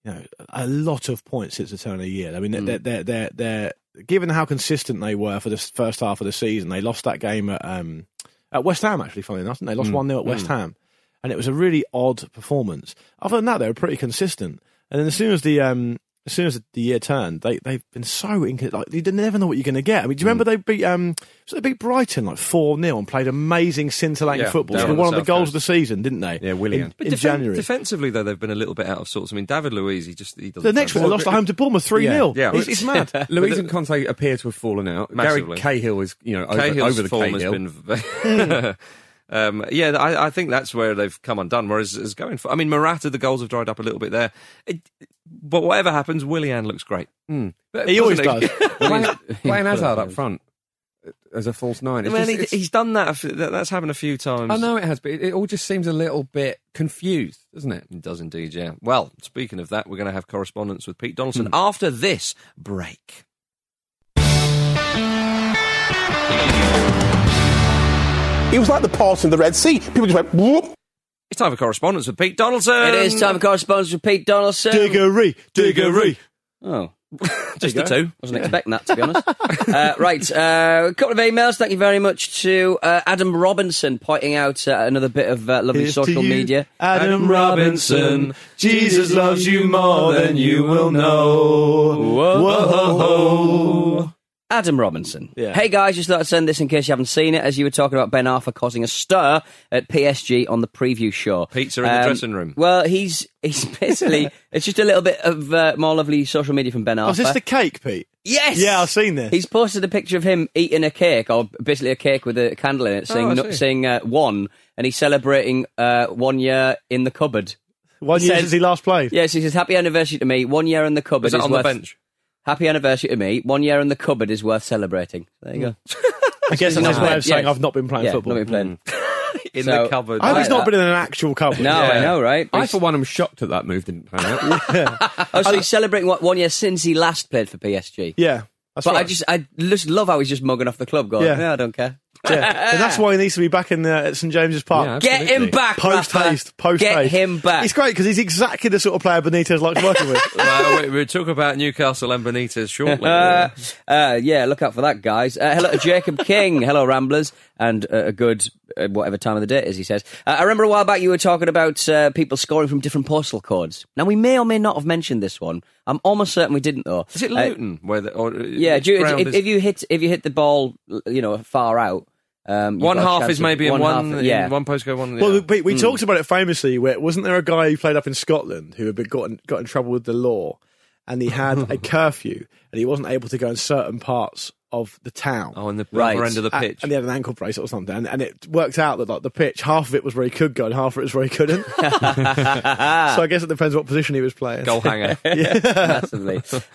[SPEAKER 2] you know, a lot of points since the turn of the year. I mean,
[SPEAKER 1] Hmm.
[SPEAKER 2] they're, they're, they're, they're, given how consistent they were for the s- first half of the season. They lost that game at um, at West Ham. Actually, funny enough, didn't they
[SPEAKER 1] Hmm.
[SPEAKER 2] lost one 0 at West Ham, and it was a really odd performance. Other than that, they were pretty consistent. And then as soon as the um, as soon as the year turned, they they've been so inc- like you never know what you're going to get. I mean, do you
[SPEAKER 1] Hmm.
[SPEAKER 2] remember they beat um, so they beat Brighton like four 0 and played amazing scintillating
[SPEAKER 1] Yeah,
[SPEAKER 2] football. It's
[SPEAKER 1] down
[SPEAKER 2] been
[SPEAKER 1] on
[SPEAKER 2] one
[SPEAKER 1] the
[SPEAKER 2] of the
[SPEAKER 1] south coast.
[SPEAKER 2] goals of the season, didn't they?
[SPEAKER 4] Yeah, Willian.
[SPEAKER 2] In,
[SPEAKER 1] But
[SPEAKER 2] in
[SPEAKER 1] defen-
[SPEAKER 2] January.
[SPEAKER 1] defensively though, they've been a little bit out of sorts. I mean, David Luiz, he just he doesn't.
[SPEAKER 2] the next
[SPEAKER 1] turn
[SPEAKER 2] one, they
[SPEAKER 1] up.
[SPEAKER 2] lost at home to Bournemouth 3 0.
[SPEAKER 1] Yeah.
[SPEAKER 2] It's, it's mad.
[SPEAKER 3] [laughs]
[SPEAKER 4] Louise and Conte appear to have fallen out.
[SPEAKER 1] Massively.
[SPEAKER 4] Gary Cahill is, you know, over,
[SPEAKER 1] Cahill's
[SPEAKER 4] over the
[SPEAKER 1] form
[SPEAKER 4] Cahill.
[SPEAKER 1] has been. [laughs] Um, yeah, I, I think that's where they've come undone. Whereas is going for, I mean, Morata, the goals have dried up a little bit there. It, but whatever happens, Willian looks great.
[SPEAKER 2] [laughs] He always
[SPEAKER 1] Doesn't
[SPEAKER 2] does.
[SPEAKER 1] [laughs]
[SPEAKER 4] Playing playing Hazard up front as a false nine. It's
[SPEAKER 1] Man,
[SPEAKER 4] just-
[SPEAKER 1] he,
[SPEAKER 4] it's-
[SPEAKER 1] he's done that. a few- that- That's happened a few times.
[SPEAKER 4] I know it has, but it, it all just seems a little bit confused, doesn't it?
[SPEAKER 1] It does indeed, yeah. Well, speaking of that, we're going to have correspondence with Pete Donaldson after this break.
[SPEAKER 5] It was like the parts in the Red Sea. People just went, whoop.
[SPEAKER 1] It's time for correspondence with Pete Donaldson.
[SPEAKER 3] It is time for correspondence with Pete Donaldson.
[SPEAKER 2] Diggory, diggory. [laughs]
[SPEAKER 3] Oh,
[SPEAKER 1] Just the two.
[SPEAKER 3] wasn't expecting that to be honest. uh, right, uh, a couple of emails. Thank you very much to uh, Adam Robinson pointing out uh, another bit of uh, lovely
[SPEAKER 2] Here's to
[SPEAKER 3] social
[SPEAKER 2] you,
[SPEAKER 3] media.
[SPEAKER 2] Adam Robinson. Jesus loves you more than you will know.
[SPEAKER 3] Whoa.
[SPEAKER 2] Whoa.
[SPEAKER 3] Adam Robinson.
[SPEAKER 2] Yeah.
[SPEAKER 3] Hey guys, just thought I'd send this in case you haven't seen it, as you were talking about Ben Arthur causing a stir at PSG on the preview show. Um,
[SPEAKER 1] Pizza in the dressing room.
[SPEAKER 3] Well, he's he's [laughs] basically it's just a little bit of uh, more lovely social media from Ben Arthur.
[SPEAKER 2] Oh, is this the cake, Pete?
[SPEAKER 3] Yes.
[SPEAKER 2] Yeah, I've seen this.
[SPEAKER 3] He's posted a picture of him eating a cake, or basically a cake with a candle in it,
[SPEAKER 1] Oh, I
[SPEAKER 3] saying
[SPEAKER 1] see.
[SPEAKER 3] no saying uh, one, and he's celebrating uh, one year in the cupboard.
[SPEAKER 2] One year
[SPEAKER 3] said-
[SPEAKER 2] since he last played.
[SPEAKER 3] Yes, he says happy anniversary to me. One year in the cupboard
[SPEAKER 1] Is that
[SPEAKER 3] is
[SPEAKER 1] on
[SPEAKER 3] worth
[SPEAKER 1] the bench?
[SPEAKER 3] happy anniversary to me. One year in the cupboard is worth celebrating. There you go.
[SPEAKER 2] I guess that's his
[SPEAKER 3] Nah.
[SPEAKER 2] way of saying
[SPEAKER 3] Yeah.
[SPEAKER 2] I've not been playing
[SPEAKER 3] yeah,
[SPEAKER 2] Hmm. football. Hmm.
[SPEAKER 3] not been playing.
[SPEAKER 1] In
[SPEAKER 3] So-
[SPEAKER 1] the cupboard.
[SPEAKER 2] I hope he's
[SPEAKER 3] I-
[SPEAKER 2] not been in an actual cupboard.
[SPEAKER 3] No, I
[SPEAKER 1] Yeah.
[SPEAKER 3] know, right?
[SPEAKER 4] I, for one, am shocked that that move didn't pan out.
[SPEAKER 3] Oh, so he's celebrating what, one year since he last played for PSG.
[SPEAKER 2] Yeah, that's
[SPEAKER 3] but
[SPEAKER 2] right.
[SPEAKER 3] I just, I just love how he's just mugging off the club, going,
[SPEAKER 2] Yeah.
[SPEAKER 3] yeah, I don't care. [laughs]
[SPEAKER 2] Yeah. and that's why he needs to be back in the, at St James's Park.
[SPEAKER 4] Yeah,
[SPEAKER 3] Get him back,
[SPEAKER 2] Post haste, post haste.
[SPEAKER 3] Get him back.
[SPEAKER 2] It's great because he's exactly the sort of player Benitez likes
[SPEAKER 1] [laughs]
[SPEAKER 2] working with.
[SPEAKER 1] [laughs] Well, we- we'll talk about Newcastle and Benitez shortly.
[SPEAKER 3] [laughs] Uh, uh, yeah, look out for that, guys. Uh, hello
[SPEAKER 1] [laughs]
[SPEAKER 3] to Jacob King. Hello, Ramblers. And uh, a good, uh, whatever time of the day it is, he says. Uh, I remember a while back you were talking about uh, people scoring from different postal codes. Now, we may or may not have mentioned this one. I'm almost certain we didn't, though.
[SPEAKER 1] is it
[SPEAKER 3] Uh,
[SPEAKER 1] Luton? where the, or, uh,
[SPEAKER 3] yeah,
[SPEAKER 1] which
[SPEAKER 3] do you,
[SPEAKER 1] ground
[SPEAKER 3] if,
[SPEAKER 1] is-
[SPEAKER 3] if you hit if you hit the ball, you know, far out. Um, you've
[SPEAKER 1] one
[SPEAKER 3] got a
[SPEAKER 1] half
[SPEAKER 3] chance
[SPEAKER 1] is
[SPEAKER 3] of-
[SPEAKER 1] maybe in one,
[SPEAKER 3] half-
[SPEAKER 1] in
[SPEAKER 3] yeah. [laughs]
[SPEAKER 1] one postcode, one. in the
[SPEAKER 2] well,
[SPEAKER 1] other.
[SPEAKER 2] we, we talked about it famously. Where wasn't there a guy who played up in Scotland who had been got in, got in trouble with the law, and he
[SPEAKER 1] [laughs]
[SPEAKER 2] had a curfew, and he wasn't able to go in certain parts of the town.
[SPEAKER 1] oh, in the
[SPEAKER 3] Right.
[SPEAKER 1] upper end of the
[SPEAKER 2] A-
[SPEAKER 1] pitch.
[SPEAKER 2] and he had an ankle brace or something, and, and it worked out that like the pitch, half of it was where he could go, and half of it was where he
[SPEAKER 1] [laughs]
[SPEAKER 2] couldn't. [laughs] so I guess it depends what position he was
[SPEAKER 1] [laughs]
[SPEAKER 2] playing.
[SPEAKER 1] Goal hanger.
[SPEAKER 3] massively. Just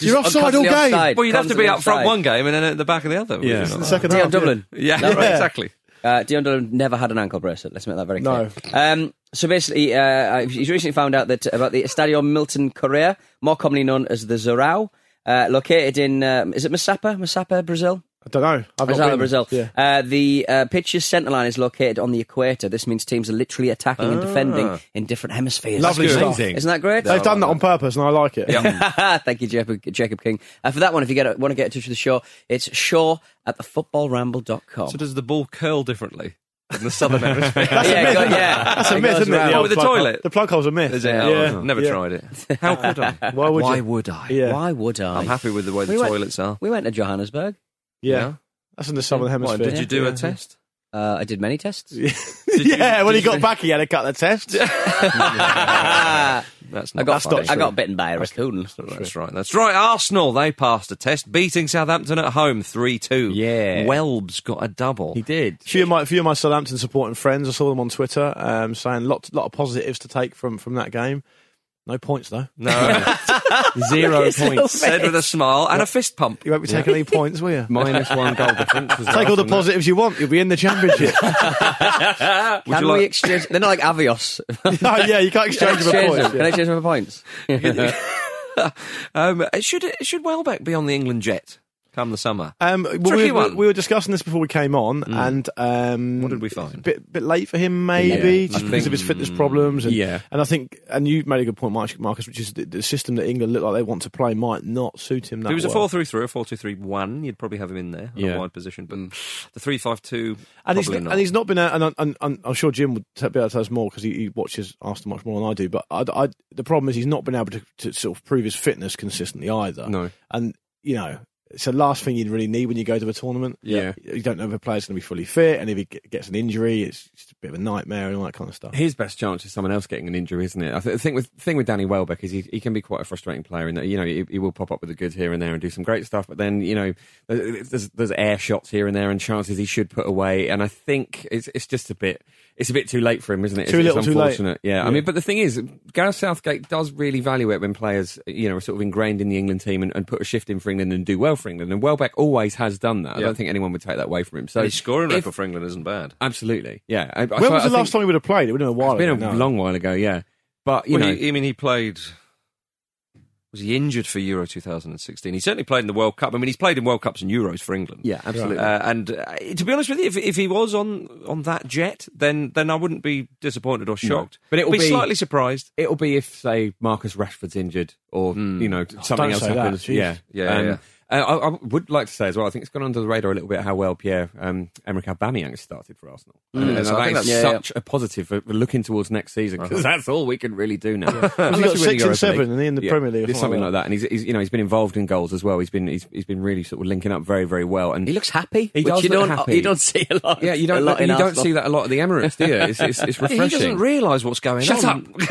[SPEAKER 2] You're offside all game.
[SPEAKER 3] constantly offside,
[SPEAKER 1] well, you'd have to be
[SPEAKER 3] constantly
[SPEAKER 1] up front
[SPEAKER 3] offside.
[SPEAKER 1] one game and then at the back of the other. would
[SPEAKER 4] Yeah.
[SPEAKER 1] you
[SPEAKER 2] In
[SPEAKER 1] not?
[SPEAKER 2] the second half,
[SPEAKER 3] Dion
[SPEAKER 2] yeah.
[SPEAKER 3] Dublin.
[SPEAKER 1] [laughs] Yeah,
[SPEAKER 3] No,
[SPEAKER 1] right,
[SPEAKER 3] right.
[SPEAKER 1] exactly.
[SPEAKER 3] Uh, Dion Dublin never had an ankle bracelet. Let's make that very clear.
[SPEAKER 2] No.
[SPEAKER 3] Um, so basically, uh, he's recently found out that about the Estadio Milton Correa, more commonly known as the Zorao, uh, located in um, is it Masapa, Masapa, Brazil?
[SPEAKER 2] I don't know. I've not
[SPEAKER 3] Masapa,
[SPEAKER 2] been-
[SPEAKER 3] Brazil.
[SPEAKER 2] Yeah.
[SPEAKER 3] Uh, the uh, pitch's centre line is located on the equator. This means teams are literally attacking and defending in different hemispheres.
[SPEAKER 2] Ah. Lovely
[SPEAKER 4] That's good.
[SPEAKER 2] stuff.
[SPEAKER 4] Amazing.
[SPEAKER 3] Isn't that great?
[SPEAKER 2] They've done that on purpose, and I like it.
[SPEAKER 3] [laughs] Thank you, Jacob, Jacob King. Uh, for that one, if you get want to get in touch with the show, it's shaw at thefootballramble.com.
[SPEAKER 1] So does the ball curl differently in the southern
[SPEAKER 3] [laughs]
[SPEAKER 1] hemisphere?
[SPEAKER 3] Oh. yeah, go- yeah.
[SPEAKER 2] [laughs] That's a
[SPEAKER 3] It
[SPEAKER 2] myth,
[SPEAKER 3] goes
[SPEAKER 2] isn't it?
[SPEAKER 3] round.
[SPEAKER 1] Oh, with the
[SPEAKER 2] plug hole.
[SPEAKER 1] toilet?
[SPEAKER 2] The plug hole's a myth.
[SPEAKER 1] Is it?
[SPEAKER 2] Yeah.
[SPEAKER 1] Oh, I've never
[SPEAKER 2] Yeah.
[SPEAKER 1] tried it. How could I?
[SPEAKER 2] Why would
[SPEAKER 1] Why
[SPEAKER 2] you?
[SPEAKER 1] would I?
[SPEAKER 2] Yeah.
[SPEAKER 3] Why would I?
[SPEAKER 1] I'm happy with the way the
[SPEAKER 3] We went-
[SPEAKER 1] toilets are.
[SPEAKER 3] We went to Johannesburg.
[SPEAKER 2] Yeah.
[SPEAKER 1] Yeah.
[SPEAKER 2] That's in the southern
[SPEAKER 1] What,
[SPEAKER 2] hemisphere.
[SPEAKER 1] did you do
[SPEAKER 2] yeah.
[SPEAKER 1] a
[SPEAKER 2] [laughs]
[SPEAKER 1] test?
[SPEAKER 3] Uh, I did many tests.
[SPEAKER 1] you-
[SPEAKER 2] yeah, when
[SPEAKER 1] did
[SPEAKER 2] he
[SPEAKER 1] you-
[SPEAKER 2] got back, he had to cut the test.
[SPEAKER 3] Ah,
[SPEAKER 1] That's
[SPEAKER 3] I
[SPEAKER 1] not
[SPEAKER 3] got
[SPEAKER 1] funny.
[SPEAKER 3] I got bitten by a raccoon.
[SPEAKER 1] That's right. That's right. Arsenal they passed a test, beating Southampton at home three two.
[SPEAKER 4] Yeah.
[SPEAKER 1] Welbs got a double.
[SPEAKER 4] he did.
[SPEAKER 2] [laughs] few of my few of my Southampton supporting friends, I saw them on Twitter um, saying lot lot of positives to take from from that game. No points though.
[SPEAKER 3] [laughs]
[SPEAKER 1] No,
[SPEAKER 4] Zero points.
[SPEAKER 1] said with a smile and a fist pump.
[SPEAKER 2] You won't be taking any points, will
[SPEAKER 1] [laughs]
[SPEAKER 2] you?
[SPEAKER 4] [laughs] Minus one goal difference. was
[SPEAKER 2] Take all the
[SPEAKER 4] awesome.
[SPEAKER 2] positives you want. You'll be in
[SPEAKER 1] [laughs]
[SPEAKER 2] the championship. [laughs]
[SPEAKER 1] Would
[SPEAKER 3] Can
[SPEAKER 1] you
[SPEAKER 3] we
[SPEAKER 1] like?
[SPEAKER 3] exchange? They're not like Avios.
[SPEAKER 2] oh yeah, you can't
[SPEAKER 3] Can I
[SPEAKER 2] exchange them for
[SPEAKER 3] exchange
[SPEAKER 2] points.
[SPEAKER 3] them? Can I
[SPEAKER 2] Yeah.
[SPEAKER 3] exchange them for points?
[SPEAKER 1] Um, should should Welbeck be on the England jet come the summer?
[SPEAKER 2] Um, well,
[SPEAKER 1] Tricky
[SPEAKER 2] we, we-
[SPEAKER 1] one. Mm.
[SPEAKER 2] we were discussing this before we came on, and um,
[SPEAKER 1] What did we find?
[SPEAKER 2] Bit bit late for him, maybe
[SPEAKER 4] Yeah, I
[SPEAKER 2] just because
[SPEAKER 4] think-
[SPEAKER 2] of his fitness problems. And,
[SPEAKER 4] Yeah.
[SPEAKER 2] and I think, and you made a good point, Marcus, Marcus which is the, the system that England look like they want to play might not suit him that
[SPEAKER 1] If it was a
[SPEAKER 2] well.
[SPEAKER 1] four three three or four two three one, you'd probably have him in there on
[SPEAKER 4] Yeah.
[SPEAKER 1] a wide position. But the three five two,
[SPEAKER 2] And he's,
[SPEAKER 1] probably
[SPEAKER 2] not-
[SPEAKER 1] not.
[SPEAKER 2] and he's not been out, and, I- and, and I'm sure Jim would t- be able to tell us more because he, he watches Arsenal much more than I do. But I, I- the problem is he's not been able to, to sort of prove his fitness consistently either.
[SPEAKER 4] No.
[SPEAKER 2] And, you know, it's the last thing you'd really need when you go to a tournament.
[SPEAKER 4] Yeah.
[SPEAKER 2] You don't know if a player's going to be fully fit, and if he ge- gets an injury, it's just a bit of a nightmare and all that kind of stuff.
[SPEAKER 4] his best chance is someone else getting an injury, isn't it? I th- the thing with thing with Danny Welbeck is he, he can be quite a frustrating player in that you know he, he will pop up with the goods here and there and do some great stuff, but then you know there's, there's- there's air shots here and there and chances he should put away, and I think it's it's just a bit it's a bit too late for him, isn't it?
[SPEAKER 2] Too
[SPEAKER 4] it's,
[SPEAKER 2] little,
[SPEAKER 4] it's
[SPEAKER 2] too late.
[SPEAKER 4] unfortunate. Yeah. I
[SPEAKER 2] Yeah.
[SPEAKER 4] mean, but the thing is, Gareth Southgate does really value it when players you know are sort of ingrained in the England team and, and put a shift in for England and do well for England, and Welbeck always has done that. I
[SPEAKER 1] Yeah.
[SPEAKER 4] don't think anyone would take that away from him. So
[SPEAKER 1] his scoring
[SPEAKER 4] if-
[SPEAKER 1] record for England isn't bad.
[SPEAKER 4] Absolutely, yeah. I,
[SPEAKER 2] When was the last time he would have played? It would have been a while.
[SPEAKER 4] it's been a
[SPEAKER 2] ago, no.
[SPEAKER 4] long while ago, yeah. But you
[SPEAKER 1] well,
[SPEAKER 4] know,
[SPEAKER 1] he, I mean, he played. Was he injured for Euro 2016? He certainly played in the World Cup. I mean, he's played in World Cups and Euros for England.
[SPEAKER 4] yeah, absolutely.
[SPEAKER 1] Uh, and uh, to be honest with you, if, if he was on on that jet, then then I wouldn't be disappointed or shocked.
[SPEAKER 4] But it'll
[SPEAKER 1] be,
[SPEAKER 4] be-
[SPEAKER 1] slightly surprised.
[SPEAKER 4] It'll be if, say, Marcus Rashford's injured, or you know something
[SPEAKER 2] don't
[SPEAKER 4] else
[SPEAKER 2] say that,
[SPEAKER 4] happens.
[SPEAKER 2] jeez.
[SPEAKER 4] yeah,
[SPEAKER 1] Yeah,
[SPEAKER 4] Um,
[SPEAKER 1] yeah.
[SPEAKER 4] uh, I, I would like to say as well. I think it's gone under the radar a little bit how well Pierre um, Emerick Aubameyang has started for Arsenal. And- and
[SPEAKER 1] Yes, I
[SPEAKER 4] I
[SPEAKER 1] think
[SPEAKER 4] think that's
[SPEAKER 3] that's- yeah,
[SPEAKER 4] such a positive for, for looking towards next season because that's all we can really do now. [laughs] Unless
[SPEAKER 2] got
[SPEAKER 4] we win
[SPEAKER 2] six
[SPEAKER 4] the
[SPEAKER 2] and
[SPEAKER 4] Europa
[SPEAKER 2] seven,
[SPEAKER 4] League.
[SPEAKER 2] and he in the Premier League or
[SPEAKER 4] it's
[SPEAKER 2] something
[SPEAKER 4] something like
[SPEAKER 2] like
[SPEAKER 4] that. And he's, he's you know he's been involved in goals as well. He's been he's, he's been really sort of linking up very very well. And
[SPEAKER 3] He looks happy.
[SPEAKER 4] He
[SPEAKER 3] which
[SPEAKER 4] does
[SPEAKER 3] you
[SPEAKER 4] look
[SPEAKER 3] don't,
[SPEAKER 4] happy.
[SPEAKER 3] You don't see a lot.
[SPEAKER 4] Yeah, you
[SPEAKER 3] a
[SPEAKER 4] don't
[SPEAKER 3] lot
[SPEAKER 4] you
[SPEAKER 3] in
[SPEAKER 4] don't
[SPEAKER 3] Arsenal.
[SPEAKER 4] see that a lot at the Emirates, [laughs] do you? It's, it's, it's refreshing.
[SPEAKER 1] [laughs] He doesn't realise what's going
[SPEAKER 4] Shut
[SPEAKER 1] on. [laughs]
[SPEAKER 4] up.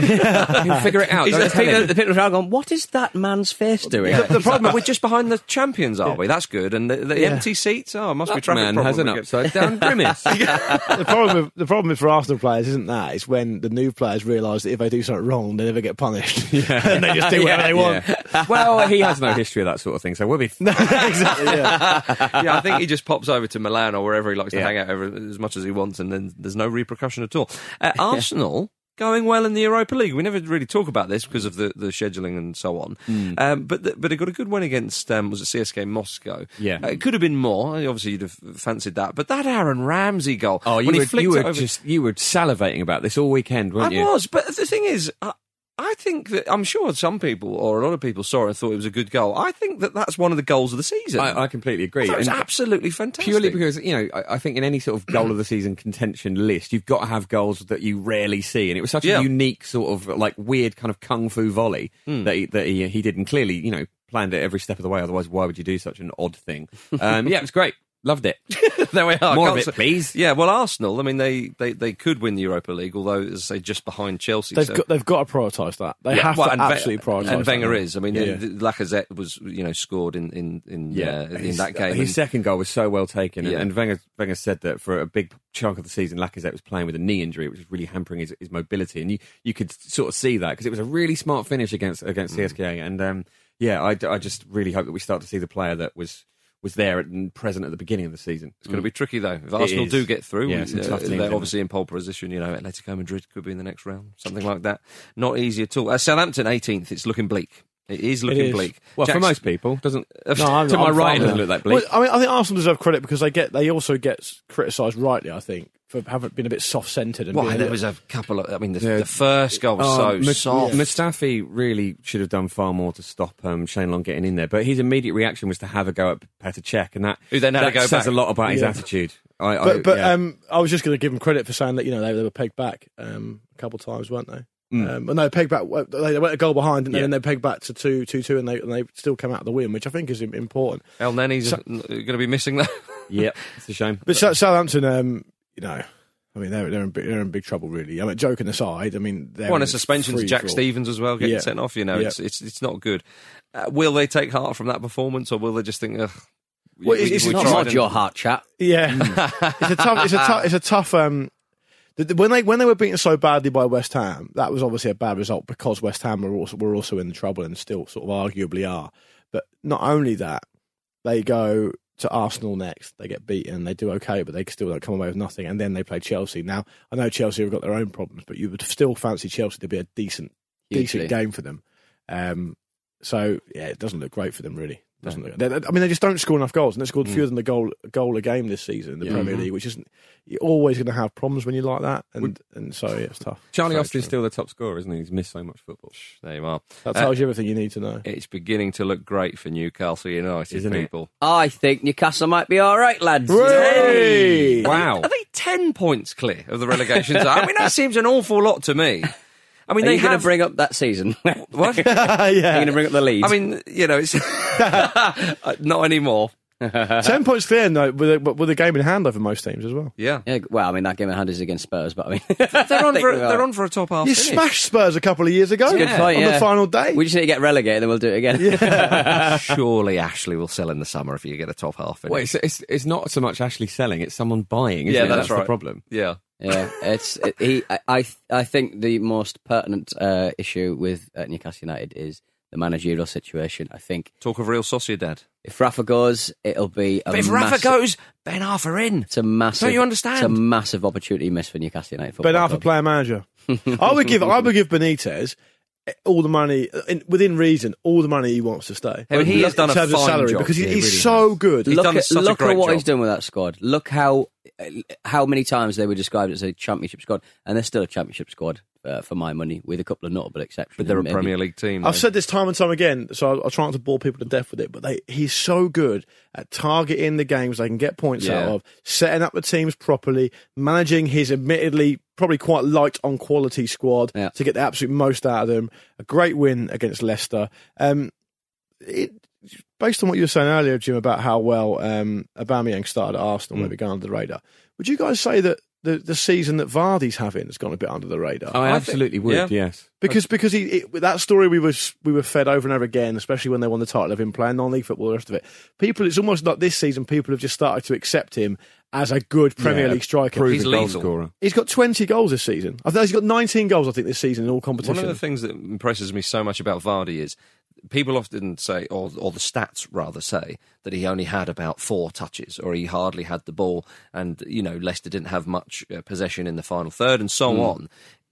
[SPEAKER 4] He'll figure it out.
[SPEAKER 3] He's-
[SPEAKER 4] Don't
[SPEAKER 3] the,
[SPEAKER 4] tell
[SPEAKER 3] people,
[SPEAKER 4] him.
[SPEAKER 3] the people are going, what is that man's face doing?
[SPEAKER 1] the problem we're just behind the champions, are we? That's good. And the, the empty seats. Oh, must be
[SPEAKER 4] That
[SPEAKER 1] traffic
[SPEAKER 4] man
[SPEAKER 1] problem.
[SPEAKER 4] has an
[SPEAKER 1] We get-
[SPEAKER 4] upside down [laughs] grimace.
[SPEAKER 1] [laughs]
[SPEAKER 2] the problem with, the problem with for Arsenal players isn't that. It's when the new players realise that if they do something wrong, they never get
[SPEAKER 4] [laughs]
[SPEAKER 2] punished, [laughs] and they just do whatever they want.
[SPEAKER 4] Yeah. Well, he has no history of that sort of thing, so we'll be.
[SPEAKER 2] exactly. [laughs]
[SPEAKER 4] [laughs]
[SPEAKER 2] Yeah.
[SPEAKER 1] yeah, I think he just pops over to Milan or wherever he likes to
[SPEAKER 4] Yeah.
[SPEAKER 1] hang out over, as much as he wants, and then there's no repercussion at all.
[SPEAKER 4] [laughs]
[SPEAKER 1] Uh, Arsenal going well in the Europa League. We never really talk about this because of the, the scheduling and so on.
[SPEAKER 4] Hmm.
[SPEAKER 1] Um, but the, but they got a good win against um, was it CSK Moscow?
[SPEAKER 4] Yeah.
[SPEAKER 1] Uh, it could have been more. Obviously, you'd have fancied that. But that Aaron Ramsey goal.
[SPEAKER 4] Oh, you
[SPEAKER 1] when he
[SPEAKER 4] were,
[SPEAKER 1] flicked
[SPEAKER 4] you
[SPEAKER 1] it
[SPEAKER 4] were
[SPEAKER 1] over-
[SPEAKER 4] just you were salivating about this all weekend, weren't
[SPEAKER 1] I
[SPEAKER 4] you?
[SPEAKER 1] was, but the thing is, I, I think that I'm sure some people or a lot of people saw it and thought it was a good goal. I think that that's one of the goals of the season.
[SPEAKER 4] I, I completely
[SPEAKER 1] I
[SPEAKER 4] agree.
[SPEAKER 1] thought it was
[SPEAKER 4] And-
[SPEAKER 1] absolutely fantastic.
[SPEAKER 4] Purely because you know, I, I think in any sort of goal of the season contention list, you've got to have goals that you rarely see, and it was such
[SPEAKER 1] Yeah.
[SPEAKER 4] a unique sort of like weird kind of kung fu volley that he, that he he did, and clearly you know planned it every step of the way. Otherwise, why would you do such an odd thing? Um, yeah, it was great. Loved it.
[SPEAKER 1] [laughs] there we are.
[SPEAKER 4] More
[SPEAKER 1] Can't
[SPEAKER 4] of it,
[SPEAKER 1] say-
[SPEAKER 4] please.
[SPEAKER 1] Yeah, well, Arsenal. I mean, they, they, they could win the Europa League, although as I say, just behind Chelsea.
[SPEAKER 2] They've
[SPEAKER 1] so-
[SPEAKER 2] got they've got to prioritise that. They
[SPEAKER 1] Yeah,
[SPEAKER 2] have
[SPEAKER 1] well,
[SPEAKER 2] to
[SPEAKER 1] Ve-
[SPEAKER 2] absolutely prioritise.
[SPEAKER 1] And
[SPEAKER 2] that.
[SPEAKER 1] Wenger is. I mean,
[SPEAKER 2] Yeah.
[SPEAKER 1] the- the Lacazette was you know scored in in in, uh, in
[SPEAKER 4] his,
[SPEAKER 1] that game.
[SPEAKER 4] His
[SPEAKER 1] and-
[SPEAKER 4] second goal was so well taken, and-
[SPEAKER 1] Yeah.
[SPEAKER 4] and Wenger, Wenger said that for a big chunk of the season, Lacazette was playing with a knee injury, which was really hampering his, his mobility, and you, you could sort of see that because it was a really smart finish against
[SPEAKER 1] Mm.
[SPEAKER 4] against CSKA, and um, yeah, I, d- I just really hope that we start to see the player that was was there and present at the beginning of the season.
[SPEAKER 1] It's
[SPEAKER 2] Mm.
[SPEAKER 1] going to be tricky though. If Arsenal
[SPEAKER 4] is.
[SPEAKER 1] do get through,
[SPEAKER 4] Yeah,
[SPEAKER 1] we-
[SPEAKER 4] it's a tough
[SPEAKER 1] uh,
[SPEAKER 4] team,
[SPEAKER 1] they're
[SPEAKER 4] isn't
[SPEAKER 1] obviously in pole position. You know, Atletico Madrid could be in the next round, something like that. Not easy at all. Uh, Southampton 18th. It's looking bleak. It is looking
[SPEAKER 2] is.
[SPEAKER 1] bleak.
[SPEAKER 4] well for
[SPEAKER 1] Jackson-
[SPEAKER 4] most people.
[SPEAKER 1] [laughs]
[SPEAKER 4] Doesn't
[SPEAKER 2] No, I'm-
[SPEAKER 4] to my
[SPEAKER 2] I'm
[SPEAKER 4] right
[SPEAKER 2] fine
[SPEAKER 4] it
[SPEAKER 2] with
[SPEAKER 4] doesn't
[SPEAKER 2] that.
[SPEAKER 4] look that bleak.
[SPEAKER 2] Well, I mean, I think Arsenal deserve credit because they get they also get criticised rightly. I think for having been a bit soft centred and
[SPEAKER 1] Why
[SPEAKER 2] being a
[SPEAKER 1] there
[SPEAKER 2] little-
[SPEAKER 1] was a couple of. I mean, the,
[SPEAKER 4] Yeah.
[SPEAKER 1] the first goal was
[SPEAKER 2] Oh,
[SPEAKER 1] so
[SPEAKER 4] Mus-
[SPEAKER 1] soft.
[SPEAKER 4] Mustafi really should have done far more to stop um, Shane Long getting in there, but his immediate reaction was to have a go at Petr Cech, and that
[SPEAKER 1] Who then had
[SPEAKER 4] that
[SPEAKER 1] a go
[SPEAKER 4] says
[SPEAKER 1] back.
[SPEAKER 4] a lot about his
[SPEAKER 2] Yeah.
[SPEAKER 4] attitude. I, I,
[SPEAKER 2] But but
[SPEAKER 4] yeah.
[SPEAKER 2] um, I was just going to give them credit for saying that you know they, they were pegged back um, a couple of times, weren't they?
[SPEAKER 1] Mm.
[SPEAKER 2] Um, well, no, pegged back. well, They went a goal behind, didn't they?
[SPEAKER 4] Yeah.
[SPEAKER 2] and they pegged back to two, two, two, and they and they still come out of the win, which I think is im- important.
[SPEAKER 1] El Nenny's going to be missing that.
[SPEAKER 4] yep, it's a shame.
[SPEAKER 2] But Sou- Southampton, um, you know, I mean they're they're in, big, they're in big trouble really. I mean, joking aside, I mean they're
[SPEAKER 1] Well, and
[SPEAKER 2] in
[SPEAKER 1] a suspension to
[SPEAKER 2] free
[SPEAKER 1] Jack
[SPEAKER 2] fall.
[SPEAKER 1] Stevens as well, getting
[SPEAKER 2] Yeah.
[SPEAKER 1] sent off. You know,
[SPEAKER 2] Yeah.
[SPEAKER 1] it's it's it's not good. Uh, will they take heart from that performance, or will they just think, ugh? we-
[SPEAKER 2] Well, it's-
[SPEAKER 1] we-
[SPEAKER 2] it's
[SPEAKER 1] we
[SPEAKER 2] not-
[SPEAKER 1] tried
[SPEAKER 3] Rod
[SPEAKER 1] and-
[SPEAKER 3] your heart, chap.
[SPEAKER 2] Yeah,
[SPEAKER 1] Mm.
[SPEAKER 2] [laughs] it's a tough. It's a tough. It's a tough. Um, the- the- when they when they were beaten so badly by West Ham, that was obviously a bad result because West Ham were also were also in trouble and still sort of arguably are. But not only that, they go to Arsenal next. They get beaten. They do okay, but they still don't come away with nothing. And then they play Chelsea. Now I know Chelsea have got their own problems, but you would still fancy Chelsea to be a decent
[SPEAKER 3] Hugely.
[SPEAKER 2] decent game for them. Um, so yeah, it doesn't look great for them really. Doesn't look. They, they- I mean, they just don't score enough goals, and they scored fewer than the goal goal a game this season in the Premier League, which isn't. You're always going to have problems when you like that, and and so yeah, it's tough.
[SPEAKER 4] Charlie
[SPEAKER 2] Very
[SPEAKER 4] Austin's
[SPEAKER 2] true.
[SPEAKER 4] still the top scorer, isn't he? He's missed so much football.
[SPEAKER 1] There you are.
[SPEAKER 2] That
[SPEAKER 1] Uh,
[SPEAKER 2] tells you everything you need to know.
[SPEAKER 1] It's beginning to look great for Newcastle United
[SPEAKER 4] Isn't it?
[SPEAKER 1] people.
[SPEAKER 3] I think Newcastle might be all right, lads.
[SPEAKER 2] Hooray!
[SPEAKER 4] Wow.
[SPEAKER 2] [laughs]
[SPEAKER 1] Are they ten points clear of the relegation zone? I mean, that seems an awful lot to me. I mean,
[SPEAKER 3] Are
[SPEAKER 1] they
[SPEAKER 3] you going
[SPEAKER 1] have
[SPEAKER 3] to bring up that season?
[SPEAKER 1] what?
[SPEAKER 3] Are you going to bring up the lead?
[SPEAKER 1] I mean, you know, it's [laughs] Uh, not anymore.
[SPEAKER 2] Ten points clear, though, with a, but with a game in hand over most teams as well.
[SPEAKER 1] Yeah,
[SPEAKER 3] Yeah, [laughs] well, I mean that game in hand is against Spurs, but I mean
[SPEAKER 1] [laughs]
[SPEAKER 3] [laughs]
[SPEAKER 1] they're on.
[SPEAKER 3] Think
[SPEAKER 1] For,
[SPEAKER 3] we are.
[SPEAKER 1] they're on for a top half.
[SPEAKER 2] You
[SPEAKER 1] finish.
[SPEAKER 2] smashed Spurs a couple of years ago
[SPEAKER 3] Good point,
[SPEAKER 2] on
[SPEAKER 3] yeah.
[SPEAKER 2] the final day.
[SPEAKER 3] We just need to get relegated, then we'll do it
[SPEAKER 1] [laughs]
[SPEAKER 3] again.
[SPEAKER 1] Surely Ashley will sell in the summer if you get a top half. Finish.
[SPEAKER 4] Well, it's, it's, it's not so much Ashley selling; it's someone buying. Isn't
[SPEAKER 1] yeah,
[SPEAKER 4] it?
[SPEAKER 1] that's, right.
[SPEAKER 4] the problem.
[SPEAKER 1] Yeah,
[SPEAKER 3] Yeah, it's it, he. I I, th- I think the most pertinent uh, issue with uh, Newcastle United is the managerial situation. I think
[SPEAKER 1] talk of real Sociedad.
[SPEAKER 3] if Rafa goes, it'll be a
[SPEAKER 1] But if Rafa
[SPEAKER 3] massive-
[SPEAKER 1] goes, Ben Arthur in.
[SPEAKER 3] it's a massive.
[SPEAKER 1] Don't you understand?
[SPEAKER 3] It's a massive opportunity miss for Newcastle United football.
[SPEAKER 2] Ben Arthur
[SPEAKER 3] club.
[SPEAKER 2] player manager. [laughs] I would give I would give Benitez all the money in, within reason, all the money he wants to stay.
[SPEAKER 1] I mean, he has
[SPEAKER 2] In
[SPEAKER 1] done a
[SPEAKER 2] terms of
[SPEAKER 1] fine
[SPEAKER 2] salary
[SPEAKER 1] job.
[SPEAKER 2] because he,
[SPEAKER 1] Yeah, he
[SPEAKER 2] he's
[SPEAKER 1] really
[SPEAKER 2] so
[SPEAKER 1] has.
[SPEAKER 2] good.
[SPEAKER 1] He's
[SPEAKER 3] look
[SPEAKER 1] done
[SPEAKER 3] at,
[SPEAKER 1] such a
[SPEAKER 3] look
[SPEAKER 1] great
[SPEAKER 3] at what
[SPEAKER 1] job.
[SPEAKER 3] he's done with that squad. Look how how many times they were described as a championship squad, and they're still a championship squad uh, for my money, with a couple of notable exceptions.
[SPEAKER 1] But they're a
[SPEAKER 3] Maybe-
[SPEAKER 1] Premier League team.
[SPEAKER 2] I've
[SPEAKER 1] though.
[SPEAKER 2] said this time and time again, so I'll, I'll try not to bore people to death with it. But they, he's so good at targeting the games they can get points
[SPEAKER 1] Yeah.
[SPEAKER 2] out of, setting up the teams properly, managing his admittedly probably quite light on quality squad
[SPEAKER 3] Yeah.
[SPEAKER 2] to get the absolute most out of them. A great win against Leicester. Um, it, based on what you were saying earlier, Jim, about how well um, Aubameyang started at Arsenal, maybe going under the radar. Would you guys say that the, the season that Vardy's having has gone a bit under the radar?
[SPEAKER 4] I,
[SPEAKER 1] I
[SPEAKER 4] absolutely
[SPEAKER 1] think-
[SPEAKER 4] would.
[SPEAKER 1] yeah.
[SPEAKER 4] Yes.
[SPEAKER 2] Because because he it, with that story we were we were fed over and over again, especially when they won the title of him playing non-league football, the rest of it. People, it's almost like this season. People have just started to accept him as a good Premier
[SPEAKER 4] Yeah,
[SPEAKER 2] League striker.
[SPEAKER 4] Proven
[SPEAKER 1] He's
[SPEAKER 4] goal
[SPEAKER 1] lethal.
[SPEAKER 4] scorer.
[SPEAKER 2] He's got 20 goals this season. I think he's got 19 goals. I think this season in all
[SPEAKER 1] One of the
[SPEAKER 2] competitions.
[SPEAKER 1] things that impresses me so much about Vardy is people often say, or, or the stats rather say, that he only had about four touches or he hardly had the ball and, you know, Leicester didn't have much uh, possession in the final third and so on.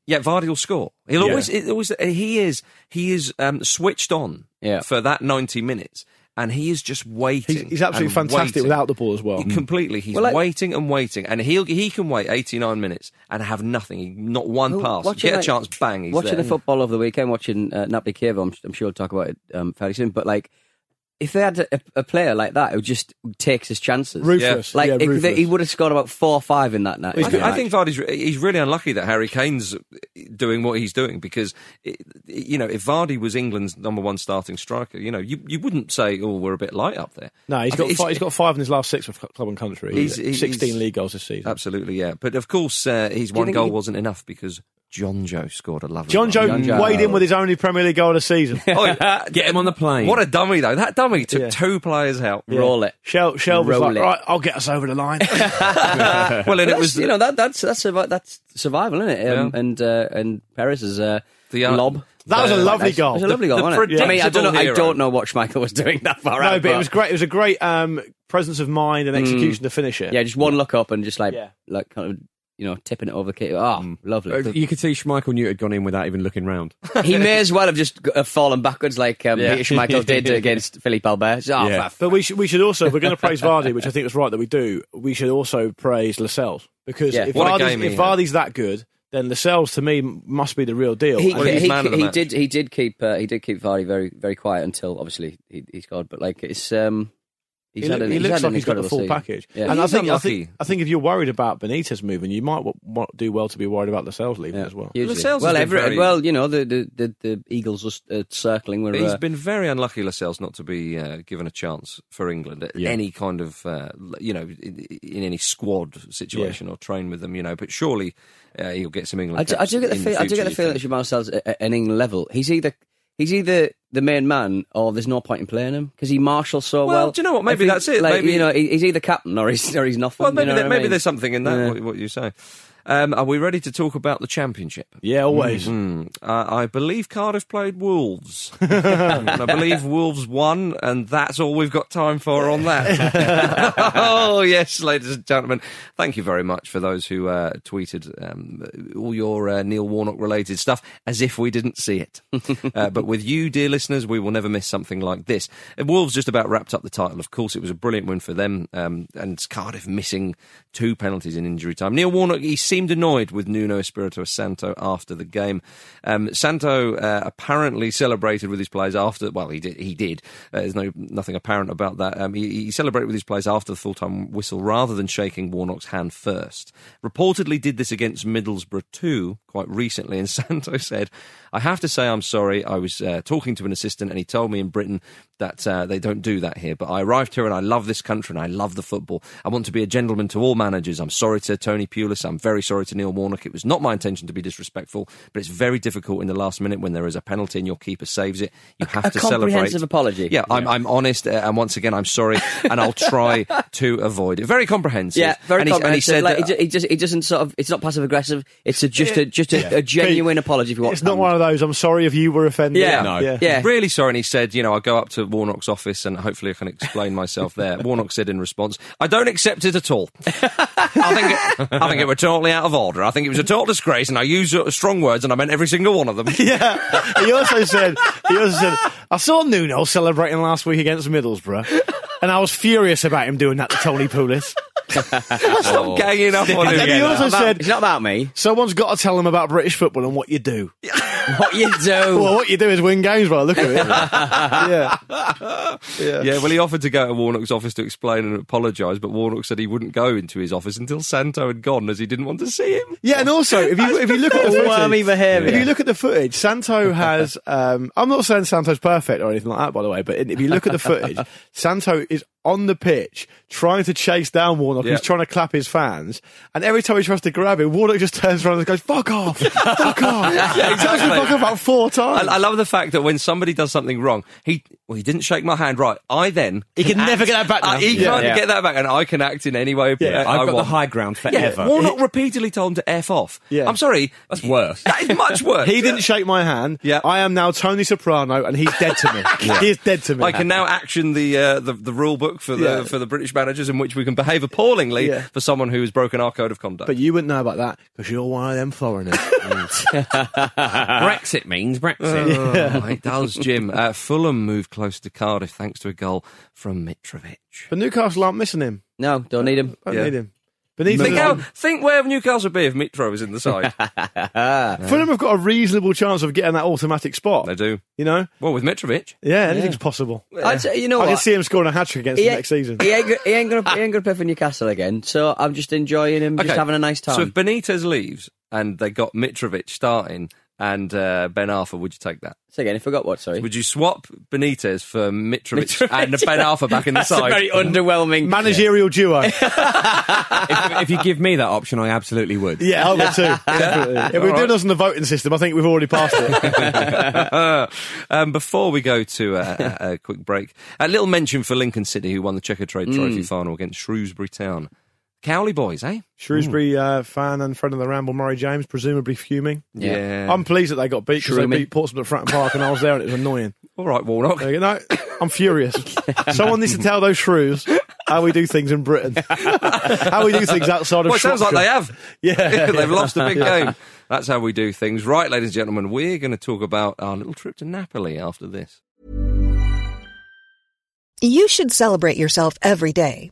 [SPEAKER 1] Yet Vardy will score. He'll always, it always, uh, he is, he is um, switched on
[SPEAKER 3] Yeah.
[SPEAKER 1] for that 90 minutes and he is just waiting.
[SPEAKER 2] he's, he's absolutely
[SPEAKER 1] and
[SPEAKER 2] fantastic
[SPEAKER 1] waiting.
[SPEAKER 2] without the ball as well.
[SPEAKER 1] He-
[SPEAKER 4] Mm.
[SPEAKER 1] completely. He's
[SPEAKER 3] Well, I-
[SPEAKER 1] waiting and waiting, and he'll he can wait eighty nine minutes and have nothing, He- not one
[SPEAKER 3] Well,
[SPEAKER 1] pass.
[SPEAKER 3] watching
[SPEAKER 1] Get a
[SPEAKER 3] that-
[SPEAKER 1] chance, bang. He's
[SPEAKER 3] watching
[SPEAKER 1] there.
[SPEAKER 3] the football over the weekend, watching uh, Napoli Kiev. I'm, I'm sure we'll talk about it um, fairly soon. But like, if they had a, a player like that who just takes his chances,
[SPEAKER 2] Ruthless.
[SPEAKER 3] like
[SPEAKER 2] Yeah,
[SPEAKER 3] if they-
[SPEAKER 2] ruthless.
[SPEAKER 3] he would have scored about four or five in that night.
[SPEAKER 1] I, think I think Vardy's re- he's really unlucky that Harry Kane's doing what he's doing because it, it- you know if Vardy was England's number one starting striker, you know you, you wouldn't say oh we're a bit light up there.
[SPEAKER 2] No, he's
[SPEAKER 1] I
[SPEAKER 2] got
[SPEAKER 1] mean,
[SPEAKER 2] five, he's got five in his last six with club and country.
[SPEAKER 1] He's-
[SPEAKER 2] He's,
[SPEAKER 1] he's-
[SPEAKER 2] 16
[SPEAKER 1] he's-
[SPEAKER 2] league goals this season.
[SPEAKER 1] absolutely yeah, but of course uh, his
[SPEAKER 3] you
[SPEAKER 1] one
[SPEAKER 3] think
[SPEAKER 1] goal
[SPEAKER 3] he-
[SPEAKER 1] wasn't enough because John Joe scored a lovely.
[SPEAKER 2] John Joe [laughs]
[SPEAKER 3] John Joe.
[SPEAKER 2] weighed in with his only Premier League goal of
[SPEAKER 1] [laughs]
[SPEAKER 2] the season.
[SPEAKER 4] Get him on the plane.
[SPEAKER 1] What a dummy though! That dummy took
[SPEAKER 2] Yeah.
[SPEAKER 1] two players out.
[SPEAKER 3] roll
[SPEAKER 2] [laughs]
[SPEAKER 3] it.
[SPEAKER 2] Shel, Shel was
[SPEAKER 3] Roll
[SPEAKER 2] like,
[SPEAKER 3] it.
[SPEAKER 2] right, I'll get us over
[SPEAKER 1] [laughs]
[SPEAKER 2] the line.
[SPEAKER 1] Well, and it
[SPEAKER 3] That's,
[SPEAKER 1] was
[SPEAKER 3] you know that that's that's survi- that's survival, isn't it? Um,
[SPEAKER 1] Yeah.
[SPEAKER 3] And uh, and Perez's uh,
[SPEAKER 1] The, uh,
[SPEAKER 3] lob.
[SPEAKER 2] That was a
[SPEAKER 3] Uh,
[SPEAKER 2] lovely
[SPEAKER 3] nice.
[SPEAKER 2] goal.
[SPEAKER 3] It was a lovely
[SPEAKER 1] The-
[SPEAKER 3] goal,
[SPEAKER 1] the
[SPEAKER 3] wasn't it? I mean, I don't know.
[SPEAKER 1] predictable
[SPEAKER 3] I don't know what Schmeichel was doing that far out.
[SPEAKER 2] no, but it was great. It was a great um, presence of mind and execution to finish it.
[SPEAKER 3] Mm. Yeah, just one look up and just like
[SPEAKER 2] Yeah.
[SPEAKER 3] like kind of you know tipping it over the kid. Ah,
[SPEAKER 1] Mm.
[SPEAKER 3] lovely.
[SPEAKER 4] You could see Schmeichel Newt had gone in without even looking round.
[SPEAKER 3] [laughs] he may as well have just g- uh, fallen backwards like um, Peter Schmeichel did against Philippe Albert. So, oh,
[SPEAKER 4] Yeah.
[SPEAKER 3] for-
[SPEAKER 2] But we should, we should also, if we're going to praise Vardy, which I think it's right that we do, we should also praise Lascelles. Because
[SPEAKER 3] Yeah.
[SPEAKER 2] if,
[SPEAKER 1] What a
[SPEAKER 2] Vardy's,
[SPEAKER 1] game he
[SPEAKER 2] if
[SPEAKER 1] had.
[SPEAKER 2] Vardy's that good, then Lascelles to me must be the real deal.
[SPEAKER 3] he,
[SPEAKER 2] And
[SPEAKER 1] he's
[SPEAKER 3] he,
[SPEAKER 1] man of the
[SPEAKER 3] he
[SPEAKER 1] match.
[SPEAKER 3] did he did keep uh, he did keep Vardy very very quiet until obviously he, he scored. But like it's um he's
[SPEAKER 2] he,
[SPEAKER 3] had
[SPEAKER 2] loo-
[SPEAKER 3] an,
[SPEAKER 2] he
[SPEAKER 3] he's
[SPEAKER 2] looks
[SPEAKER 3] had
[SPEAKER 2] like
[SPEAKER 3] an
[SPEAKER 2] he's got the
[SPEAKER 3] incredible
[SPEAKER 2] full
[SPEAKER 3] season.
[SPEAKER 2] package.
[SPEAKER 3] Yeah.
[SPEAKER 2] And I
[SPEAKER 1] He's
[SPEAKER 2] think, I
[SPEAKER 1] unlucky.
[SPEAKER 2] think I think if you're worried about Benitez moving, you might wa- wa- do well to be worried about Lascelles leaving
[SPEAKER 3] Yeah,
[SPEAKER 2] as well.
[SPEAKER 3] hugely.
[SPEAKER 1] Lascelles has
[SPEAKER 3] well,
[SPEAKER 1] been
[SPEAKER 3] every,
[SPEAKER 1] very-
[SPEAKER 3] well, you know the the, the, the Eagles was uh, circling. Were,
[SPEAKER 1] He's
[SPEAKER 3] uh,
[SPEAKER 1] been very unlucky, Lascelles, not to be uh, given a chance for England at
[SPEAKER 4] Yeah.
[SPEAKER 1] any kind of, uh, l- you know, in, in any squad situation or train with them, you know. But surely uh, he'll get some England.
[SPEAKER 3] I do, I
[SPEAKER 1] caps
[SPEAKER 3] do get the
[SPEAKER 1] in
[SPEAKER 3] feel. I do
[SPEAKER 1] future,
[SPEAKER 3] get the
[SPEAKER 1] you
[SPEAKER 3] feeling that
[SPEAKER 1] think?
[SPEAKER 3] Jamal Sal's at an England level. He's either he's either the main man or there's no point in playing him because he marshals so
[SPEAKER 1] Well,
[SPEAKER 3] well.
[SPEAKER 1] do you know what?
[SPEAKER 3] I
[SPEAKER 1] Maybe
[SPEAKER 3] think,
[SPEAKER 1] that's it.
[SPEAKER 3] Like,
[SPEAKER 1] Maybe-
[SPEAKER 3] you know, he- he's either captain or he's or he's nothing.
[SPEAKER 1] Well,
[SPEAKER 3] you
[SPEAKER 1] maybe
[SPEAKER 3] know
[SPEAKER 1] there,
[SPEAKER 3] what I
[SPEAKER 1] maybe
[SPEAKER 3] mean?
[SPEAKER 1] there's something in that.
[SPEAKER 3] Yeah.
[SPEAKER 1] What, what you say? Um, are we ready to talk about the championship?
[SPEAKER 2] Yeah, always.
[SPEAKER 3] Mm-hmm.
[SPEAKER 1] Hmm. Uh, I believe Cardiff played Wolves. [laughs] and I believe Wolves won, and that's all we've got time for on that. [laughs] oh, yes, ladies and gentlemen. Thank you very much for those who uh, tweeted um, all your uh, Neil Warnock related stuff as if we didn't see it. [laughs] uh, but with you, dear listeners, we will never miss something like this. And Wolves just about wrapped up the title, of course. It uh, was a brilliant win for them, um, and Cardiff missing two penalties in injury time. Neil Warnock, he seemed seemed annoyed with Nuno Espirito Santo after the game. Um, Santo uh, apparently celebrated with his players after. Well, he did. He did. Uh, there's no nothing apparent about that. Um, he, he celebrated with his players after the full time whistle rather than shaking Warnock's hand first. Reportedly, did this against Middlesbrough too quite recently, and [laughs] Santo said, "I have to say I'm sorry. I was uh, talking to an assistant, and he told me in Britain that uh, they don't do that here. But I arrived here, and I love this country, and I love the football. I want to be a gentleman to all managers. I'm sorry to Tony Pulis. I'm very sorry to Neil Warnock. It was not my intention to be disrespectful, but it's very difficult in the last minute when there is a penalty and your keeper saves it. You have
[SPEAKER 3] a
[SPEAKER 1] to celebrate.
[SPEAKER 3] comprehensive apology.
[SPEAKER 1] Yeah, I'm, I'm honest, uh, and once again, I'm sorry, and I'll
[SPEAKER 3] [laughs]
[SPEAKER 1] try to avoid it. Very comprehensive.
[SPEAKER 3] Yeah, very
[SPEAKER 1] and he, and he
[SPEAKER 3] comprehensive.
[SPEAKER 1] said
[SPEAKER 3] like,
[SPEAKER 1] that-
[SPEAKER 3] he, ju- he just, it doesn't sort of. It's not passive aggressive. It's a, just a just a, a genuine apology. If you want,
[SPEAKER 2] It's not one of those. I'm sorry if you were offended.
[SPEAKER 3] Yeah.
[SPEAKER 4] No.
[SPEAKER 2] yeah.
[SPEAKER 3] Yeah.
[SPEAKER 1] really sorry. And he said, you know, I'll go up to Warnock's office and hopefully I can explain myself there. Warnock said in response, I don't accept it at all. [laughs] I think it, I think it were totally out of order. I think it was a total disgrace and I used uh, strong words and I meant every single one of them.
[SPEAKER 2] Yeah. He also said, he also said, I saw Nuno celebrating last week against Middlesbrough, and I was furious about him doing that to Tony Pulis.
[SPEAKER 1] Stop ganging up on
[SPEAKER 2] And he
[SPEAKER 1] him.
[SPEAKER 2] also said,
[SPEAKER 3] It's not about me.
[SPEAKER 2] someone's got to tell them about British football and what you do.
[SPEAKER 3] [laughs] What you
[SPEAKER 2] [laughs]
[SPEAKER 3] do?
[SPEAKER 2] Well, what you do is win games, bro. Look at it. yeah.
[SPEAKER 1] Yeah, well, he offered to go to Warnock's office to explain and apologise, but Warnock said he wouldn't go into his office until Santo had gone as he didn't want to see him.
[SPEAKER 2] Yeah, and also if you if you look at the
[SPEAKER 3] That's
[SPEAKER 2] footage,
[SPEAKER 3] wormy behaviour.
[SPEAKER 2] if you look at the footage,
[SPEAKER 1] [laughs]
[SPEAKER 2] Santo has. Um, I'm not saying Santo's perfect or anything like that, by the way. But if you look at
[SPEAKER 1] [laughs]
[SPEAKER 2] the footage, Santo is on the pitch trying to chase down Warnock.
[SPEAKER 1] Yeah.
[SPEAKER 2] He's trying to clap his fans, and every time he tries to grab him, Warnock just turns around and goes, "Fuck off, fuck
[SPEAKER 1] [laughs]
[SPEAKER 2] off." He tells him
[SPEAKER 1] exactly.
[SPEAKER 2] fuck off about four times.
[SPEAKER 1] I, I love the fact that when somebody does something wrong, he well, he didn't shake my hand right. I then
[SPEAKER 2] He can never get that back now.
[SPEAKER 1] I- he
[SPEAKER 2] Yeah.
[SPEAKER 1] can't
[SPEAKER 2] Yeah.
[SPEAKER 1] get that back, and I can act in any way.
[SPEAKER 2] Yeah,
[SPEAKER 1] I,
[SPEAKER 4] I've got
[SPEAKER 1] want.
[SPEAKER 4] the high ground
[SPEAKER 1] Yeah,
[SPEAKER 4] forever.
[SPEAKER 1] Warnock repeatedly told him to f off.
[SPEAKER 2] Yeah.
[SPEAKER 1] I'm sorry,
[SPEAKER 4] That's worse.
[SPEAKER 1] that is much worse.
[SPEAKER 2] he didn't shake my hand.
[SPEAKER 1] Yeah.
[SPEAKER 2] I am now Tony Soprano, and he's dead
[SPEAKER 1] [laughs]
[SPEAKER 2] to me. He is dead to me.
[SPEAKER 1] I can
[SPEAKER 3] [laughs]
[SPEAKER 1] now action the uh, the, the rule book for the
[SPEAKER 2] Yeah.
[SPEAKER 1] for the British managers in which we can behave appallingly
[SPEAKER 2] Yeah.
[SPEAKER 1] for someone who has broken our code of conduct.
[SPEAKER 2] But you wouldn't know about that because you're one of
[SPEAKER 1] [laughs]
[SPEAKER 2] them foreigners.
[SPEAKER 4] Brexit means Brexit.
[SPEAKER 1] [laughs]
[SPEAKER 3] [laughs]
[SPEAKER 1] Oh, it does, Jim. Uh, Fulham moved close to Cardiff thanks to a goal from Mitrovic.
[SPEAKER 2] but Newcastle aren't missing him.
[SPEAKER 3] no, don't need him.
[SPEAKER 2] Don't
[SPEAKER 1] Yeah.
[SPEAKER 2] need him. Beneath
[SPEAKER 1] Think, how,
[SPEAKER 3] um,
[SPEAKER 2] Fulham,
[SPEAKER 1] think where Newcastle would be if Mitro was in the
[SPEAKER 3] [laughs]
[SPEAKER 1] side.
[SPEAKER 2] Fulham have got a reasonable chance of getting that automatic spot.
[SPEAKER 1] they do.
[SPEAKER 2] You know,
[SPEAKER 1] Well, with Mitrovic.
[SPEAKER 2] yeah, anything's possible.
[SPEAKER 3] I'd say- you know
[SPEAKER 2] I can
[SPEAKER 3] what?
[SPEAKER 2] see him scoring a hat trick against
[SPEAKER 3] He
[SPEAKER 2] them
[SPEAKER 3] ain't-
[SPEAKER 2] next season.
[SPEAKER 3] He ain't, go- he ain't gonna he ain't gonna play for Newcastle again. So I'm just enjoying him, just
[SPEAKER 1] Okay,
[SPEAKER 3] having a nice time.
[SPEAKER 1] So if Benitez leaves and they got Mitrovic starting and uh, Ben Arthur, would you take that?
[SPEAKER 3] Say again, I forgot what. Sorry,
[SPEAKER 1] Would you swap Benitez for Mitrovic,
[SPEAKER 3] Mitrovic.
[SPEAKER 1] and Ben Arthur back in the
[SPEAKER 3] [laughs] that's a
[SPEAKER 1] side?
[SPEAKER 3] very underwhelming.
[SPEAKER 1] [laughs]
[SPEAKER 2] Managerial duo.
[SPEAKER 4] if, if you give me that option, I absolutely would.
[SPEAKER 2] Yeah, I would too. Definitely. If we're
[SPEAKER 1] All
[SPEAKER 2] doing
[SPEAKER 1] right.
[SPEAKER 2] us on the voting system, I think we've already passed
[SPEAKER 1] [laughs]
[SPEAKER 2] it.
[SPEAKER 1] um, before we go to a, a, a quick break, a little mention for Lincoln City, who won the Checker Trade Trophy final against Shrewsbury Town. Cowley boys, eh?
[SPEAKER 2] Shrewsbury uh, fan and friend of the Ramble, Murray James, presumably fuming.
[SPEAKER 1] Yeah.
[SPEAKER 2] I'm pleased that they got beat because they
[SPEAKER 3] Shrooming.
[SPEAKER 2] beat Portsmouth at Fratton Park and I was there and it was annoying.
[SPEAKER 1] All right,
[SPEAKER 2] [laughs]
[SPEAKER 1] Warnock.
[SPEAKER 2] There you go.
[SPEAKER 1] [laughs]
[SPEAKER 2] No, I'm furious. Someone needs to tell those shrews how we do things in Britain.
[SPEAKER 1] [laughs]
[SPEAKER 2] how we do things outside of
[SPEAKER 1] Well, it sounds like
[SPEAKER 2] Shropshire.
[SPEAKER 1] they have. [laughs]
[SPEAKER 2] Yeah.
[SPEAKER 1] They've lost a big game. That's how we do things. Right, ladies and gentlemen, we're going to talk about our little trip to Napoli after
[SPEAKER 2] [laughs]
[SPEAKER 1] this.
[SPEAKER 6] You should celebrate yourself every day,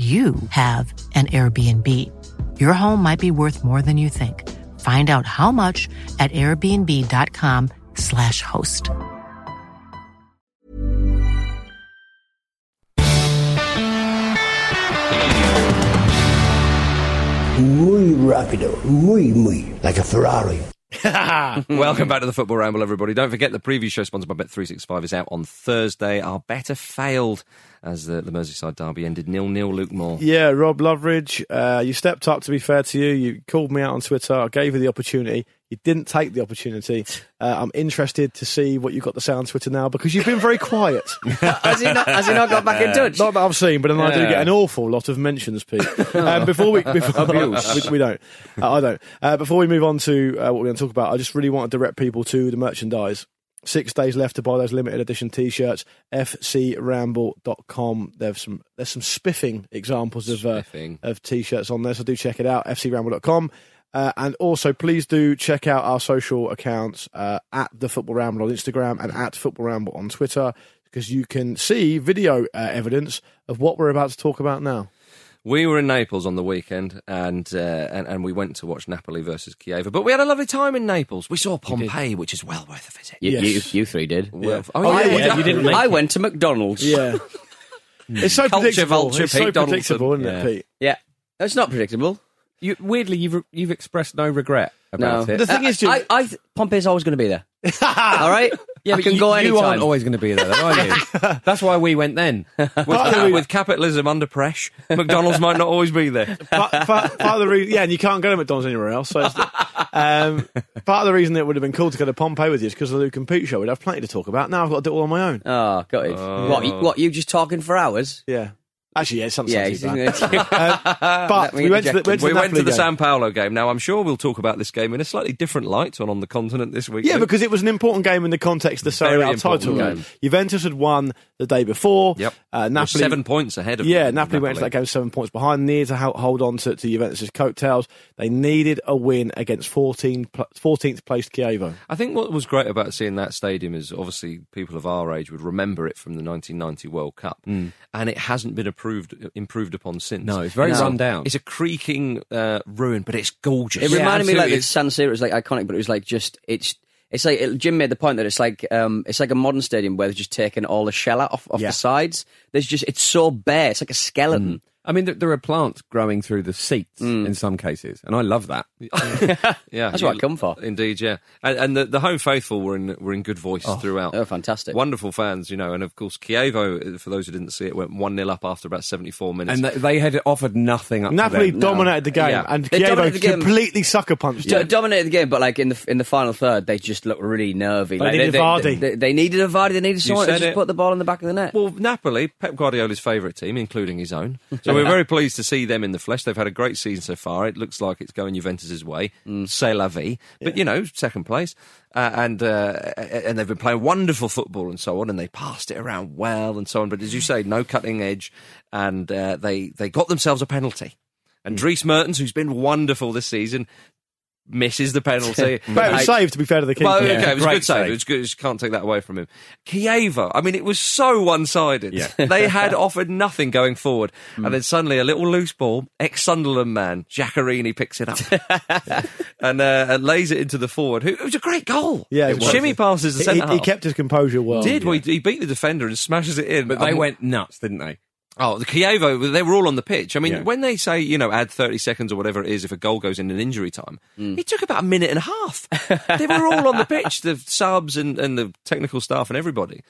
[SPEAKER 7] you have an Airbnb. Your home might be worth more than you think. Find out how much at airbnb.com/slash host.
[SPEAKER 8] Muy rápido, muy, muy, like a Ferrari.
[SPEAKER 1] Welcome back to the Football Ramble, everybody. Don't forget the preview show sponsored by Bet365 is out on Thursday. Our better failed as the, the Merseyside derby ended nil-nil. Luke Moore.
[SPEAKER 2] Yeah, Rob Loveridge, uh, you stepped up, to be fair to you. You called me out on Twitter. I gave you the opportunity. You didn't take the opportunity. Uh, I'm interested to see what you've got to say on Twitter now because you've been very quiet.
[SPEAKER 3] has, he not, has he not got back in touch?
[SPEAKER 2] Not that I've seen, but then I do
[SPEAKER 3] Yeah.
[SPEAKER 2] get an awful lot of mentions, Pete. um, before we before
[SPEAKER 3] [laughs]
[SPEAKER 2] [laughs]
[SPEAKER 3] Abuse.
[SPEAKER 2] we, we don't, uh, I don't. Uh, before we move on to uh, what we're going to talk about, I just really want to direct people to the merchandise. Six days left to buy those limited edition T-shirts. FCRamble.com. There's some there's some spiffing examples of uh, of T-shirts on there, so do check it out. FCRamble.com. Uh, and also, please do check out our social accounts uh, at the Football Ramble on Instagram and at Football Ramble on Twitter, because you can see video uh, evidence of what we're about to talk about now.
[SPEAKER 1] [laughs] We were in Naples on the weekend, and, uh, and and we went to watch Napoli versus Chieva. But we had a lovely time in Naples. We saw Pompeii, which is well worth a visit.
[SPEAKER 3] You,
[SPEAKER 1] Yes.
[SPEAKER 3] you, you three did.
[SPEAKER 1] Well, oh, yeah, yeah, you didn't make
[SPEAKER 3] I
[SPEAKER 1] it.
[SPEAKER 3] went to McDonald's.
[SPEAKER 2] Yeah. [laughs] it's so
[SPEAKER 3] Culture
[SPEAKER 2] predictable.
[SPEAKER 3] vulture,
[SPEAKER 2] it's so
[SPEAKER 3] Pete Donaldson.
[SPEAKER 2] predictable, isn't
[SPEAKER 3] Yeah.
[SPEAKER 2] it, Pete?
[SPEAKER 3] Yeah. It's not predictable.
[SPEAKER 4] You, weirdly, you've you've expressed no regret about
[SPEAKER 3] no.
[SPEAKER 4] it.
[SPEAKER 3] The thing is, Oh. I, I, th- Pompeii's always going to be there. [laughs] All right?
[SPEAKER 4] Yeah,
[SPEAKER 3] I
[SPEAKER 4] but
[SPEAKER 3] can
[SPEAKER 4] you,
[SPEAKER 3] go
[SPEAKER 4] you
[SPEAKER 3] anytime.
[SPEAKER 4] aren't always going to be there, though, are you?
[SPEAKER 1] [laughs]
[SPEAKER 4] That's why we went then.
[SPEAKER 1] With, ca- with capitalism under pressure, McDonald's might not always be there.
[SPEAKER 2] part, part, part of the reason, yeah, and you can't go to McDonald's anywhere else. So it's the,
[SPEAKER 1] [laughs]
[SPEAKER 2] um, part of the reason it would have been cool to go to Pompeii with you is because the Luke and Pete show. We'd have plenty to talk about. Now I've got to do it all on my
[SPEAKER 1] Uh,
[SPEAKER 2] own.
[SPEAKER 3] Oh, got it. What, you, what, you just talking for hours?
[SPEAKER 2] Yeah. Actually, yeah, it's not
[SPEAKER 3] Yeah,
[SPEAKER 2] yeah,
[SPEAKER 3] he's
[SPEAKER 2] too
[SPEAKER 3] [laughs]
[SPEAKER 2] bad.
[SPEAKER 3] gonna-
[SPEAKER 2] Uh, but
[SPEAKER 3] Let me
[SPEAKER 2] we went to the,
[SPEAKER 3] interject.
[SPEAKER 2] went to
[SPEAKER 1] we
[SPEAKER 2] the
[SPEAKER 1] went
[SPEAKER 2] Napoli
[SPEAKER 1] to the
[SPEAKER 2] game.
[SPEAKER 1] San Paolo game. Now, I'm sure we'll talk about this game in a slightly different light on on the continent this week.
[SPEAKER 2] Yeah, because it was an important game in the context of the Serie
[SPEAKER 1] Very
[SPEAKER 2] A
[SPEAKER 1] important
[SPEAKER 2] title.
[SPEAKER 1] game.
[SPEAKER 2] Juventus had won the day before.
[SPEAKER 1] Yep.
[SPEAKER 2] Uh,
[SPEAKER 1] We're
[SPEAKER 2] Napoli
[SPEAKER 1] seven points ahead of
[SPEAKER 2] Yeah, Napoli went into
[SPEAKER 1] Napoli.
[SPEAKER 2] that game seven points behind. Needed to ho- hold on to, to Juventus' coattails. They needed a win against 14 pl- 14th placed Chievo.
[SPEAKER 1] I think what was great about seeing that stadium is obviously people of our age would remember it from the 1990 World Cup, and it hasn't been approved, improved upon since.
[SPEAKER 4] No, it's very run down.
[SPEAKER 1] It's a creaking uh, ruin, but it's gorgeous.
[SPEAKER 3] It reminded me like
[SPEAKER 1] absolutely.
[SPEAKER 3] the San Siro was like iconic, but it was like just it's it's like it, Jim made the point that it's like um it's like a modern stadium where they've just taken all the shell out off, off
[SPEAKER 2] Yeah.
[SPEAKER 3] the sides. There's just it's so bare. It's like a skeleton.
[SPEAKER 4] [laughs] I mean, there, there are plants growing through the seats in some cases, and I love that.
[SPEAKER 1] Mm. [laughs] Yeah,
[SPEAKER 3] That's what
[SPEAKER 1] you-
[SPEAKER 3] I come for.
[SPEAKER 1] Indeed, yeah, and, and the, the home faithful were in were in good voice throughout.
[SPEAKER 3] they were fantastic.
[SPEAKER 1] wonderful fans, you know. And of course, Chievo, uh, for those who didn't see it, went one 0 up after about seventy four minutes.
[SPEAKER 4] And they, they had offered nothing up
[SPEAKER 2] Napoli
[SPEAKER 4] to them.
[SPEAKER 2] dominated the game,
[SPEAKER 1] Yeah.
[SPEAKER 2] and
[SPEAKER 3] They
[SPEAKER 2] Chievo
[SPEAKER 3] dominated the game.
[SPEAKER 2] completely sucker punched.
[SPEAKER 3] Do-
[SPEAKER 2] it.
[SPEAKER 3] Dominated the game, but like in the in the final third, they just looked really nervy.
[SPEAKER 2] They
[SPEAKER 3] like,
[SPEAKER 2] needed
[SPEAKER 3] they, They,
[SPEAKER 2] Vardy.
[SPEAKER 3] they, they needed a Vardy. They needed someone to
[SPEAKER 1] said
[SPEAKER 3] just
[SPEAKER 1] it.
[SPEAKER 3] put the ball in the back of the net.
[SPEAKER 1] well, Napoli, Pep Guardiola's favourite team, including his own. So we're very pleased to see them in the flesh. They've had a great season so far. It looks like it's going Juventus's way.
[SPEAKER 2] Mm.
[SPEAKER 1] C'est la vie. But you know, second place, uh, and uh, and they've been playing wonderful football and so on. And they passed it around well and so on. But as you say, no cutting edge, and uh, they they got themselves a penalty. And
[SPEAKER 2] Mm.
[SPEAKER 1] Dries Mertens, who's been wonderful this season, misses the
[SPEAKER 2] [laughs]
[SPEAKER 1] penalty.
[SPEAKER 2] But it was
[SPEAKER 1] I-
[SPEAKER 2] saved, to be fair to the keeper.
[SPEAKER 1] well, okay, it was a
[SPEAKER 4] Great
[SPEAKER 1] good save.
[SPEAKER 4] save.
[SPEAKER 1] It was good. Just can't take that away from him. Kieva, I mean, it was so one-sided.
[SPEAKER 4] Yeah.
[SPEAKER 1] [laughs] they
[SPEAKER 2] [laughs]
[SPEAKER 1] had offered nothing going forward,
[SPEAKER 2] Mm.
[SPEAKER 1] and then suddenly a little loose ball, ex-Sunderland man Jaccarini picks
[SPEAKER 2] [laughs]
[SPEAKER 1] it up and, uh, and lays it into the forward. Who, it was a great goal.
[SPEAKER 2] Yeah, it was.
[SPEAKER 1] shimmy passes the
[SPEAKER 2] He- he,
[SPEAKER 1] centre
[SPEAKER 2] he kept Oh, his composure well.
[SPEAKER 1] Did well, he he beat the defender and smashes it in?
[SPEAKER 4] But they
[SPEAKER 1] Um,
[SPEAKER 4] went nuts, didn't they?
[SPEAKER 1] Oh, the Kievo, they were all on the pitch. I mean,
[SPEAKER 4] Yeah.
[SPEAKER 1] when they say, you know, add 30 seconds or whatever it is if a goal goes in an injury time, it took about a minute and a half. they were all on the pitch, the subs and, and the technical staff and everybody.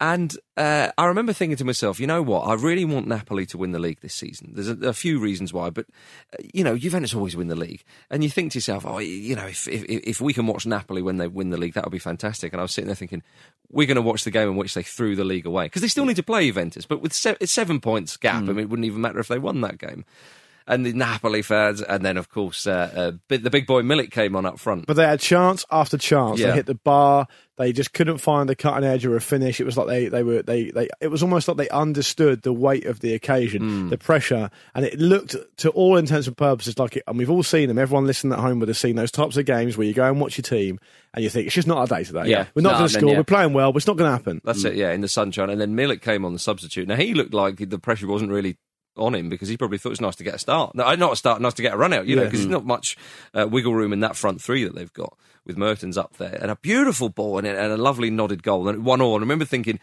[SPEAKER 1] And uh, I remember thinking to myself, you know what? I really want Napoli to win the league this season. There's a, a few reasons why, but uh, you know, Juventus always win the league, and you think to yourself, oh, you know, if if, if we can watch Napoli when they win the league, that would be fantastic. And I was sitting there thinking, we're going to watch the game in which they threw the league
[SPEAKER 4] Mm.
[SPEAKER 1] away because they still need to play Juventus, but with se- seven points gap, I mean, it wouldn't even matter if they won that game. and the Napoli fans, and then of course uh, uh, bi- the big boy Milik came on up front.
[SPEAKER 2] But they had chance after chance.
[SPEAKER 1] Yeah.
[SPEAKER 2] They hit the bar. They just couldn't find a cutting edge or a finish. It was like they, they were they, they it was almost like they understood the weight of the occasion,
[SPEAKER 1] Hmm.
[SPEAKER 2] the pressure, and it looked to all intents and purposes like it. And we've all seen them. Everyone listening at home would have seen those types of games where you go and watch your team and you think it's just not our day today.
[SPEAKER 1] Yeah.
[SPEAKER 2] we're
[SPEAKER 1] No,
[SPEAKER 2] not going
[SPEAKER 1] and
[SPEAKER 2] to
[SPEAKER 1] then,
[SPEAKER 2] score.
[SPEAKER 1] yeah.
[SPEAKER 2] We're playing well. but It's not going to happen.
[SPEAKER 1] That's it, yeah, in the sunshine. And then Milik came on the substitute. Now, he looked like the pressure wasn't really on him because he probably thought it's nice to get a start. No, uh, not a start, nice to get a run out, you know,
[SPEAKER 2] Yeah. Hmm.
[SPEAKER 1] because there's not much uh, wiggle room in that front three that they've got with Mertens up there. And a beautiful ball and a, and a lovely nodded goal. And one all. And I remember thinking,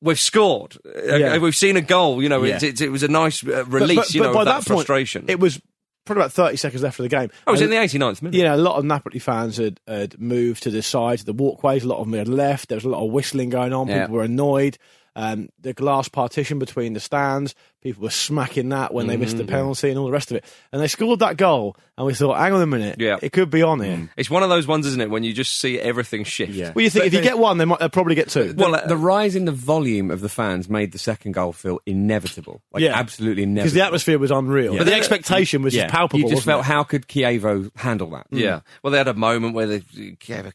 [SPEAKER 1] we've scored. Uh,
[SPEAKER 2] Yeah.
[SPEAKER 1] We've seen a goal, you know,
[SPEAKER 2] Yeah.
[SPEAKER 1] it's it's it was a nice uh, release, you know, of that, frustration.
[SPEAKER 2] Point, it was probably about 30 seconds left of the game.
[SPEAKER 1] Oh, it was
[SPEAKER 2] And-
[SPEAKER 1] in the 89th minute.
[SPEAKER 2] Yeah, a lot of Napoli fans had, had moved to the side, to the walkways. A lot of them had left. There was a lot of whistling going on.
[SPEAKER 1] Yeah.
[SPEAKER 2] People were annoyed. Um, the glass partition between the stands, people were smacking that when they missed the
[SPEAKER 1] Mhm.
[SPEAKER 2] penalty and all the rest of it. And they scored that goal, and we thought, hang on a minute,
[SPEAKER 1] Yeah. Mm.
[SPEAKER 2] it could be on here.
[SPEAKER 1] It's one of those ones, isn't it, when you just see everything shift.
[SPEAKER 2] Well, you think if you get one, they might they'll probably get two.
[SPEAKER 1] Well, uh,
[SPEAKER 4] Well, the, the rise in the volume of the fans made the second goal feel inevitable. Like,
[SPEAKER 2] Yeah.
[SPEAKER 4] absolutely
[SPEAKER 2] because
[SPEAKER 4] inevitable.
[SPEAKER 2] the atmosphere was unreal,
[SPEAKER 4] Yeah.
[SPEAKER 2] but the expectation was
[SPEAKER 4] Yeah.
[SPEAKER 2] just palpable.
[SPEAKER 4] You just
[SPEAKER 2] wasn't
[SPEAKER 4] felt,
[SPEAKER 2] it?
[SPEAKER 4] how could Kievo handle that?
[SPEAKER 2] Mm.
[SPEAKER 1] Yeah. Well, they had a moment where the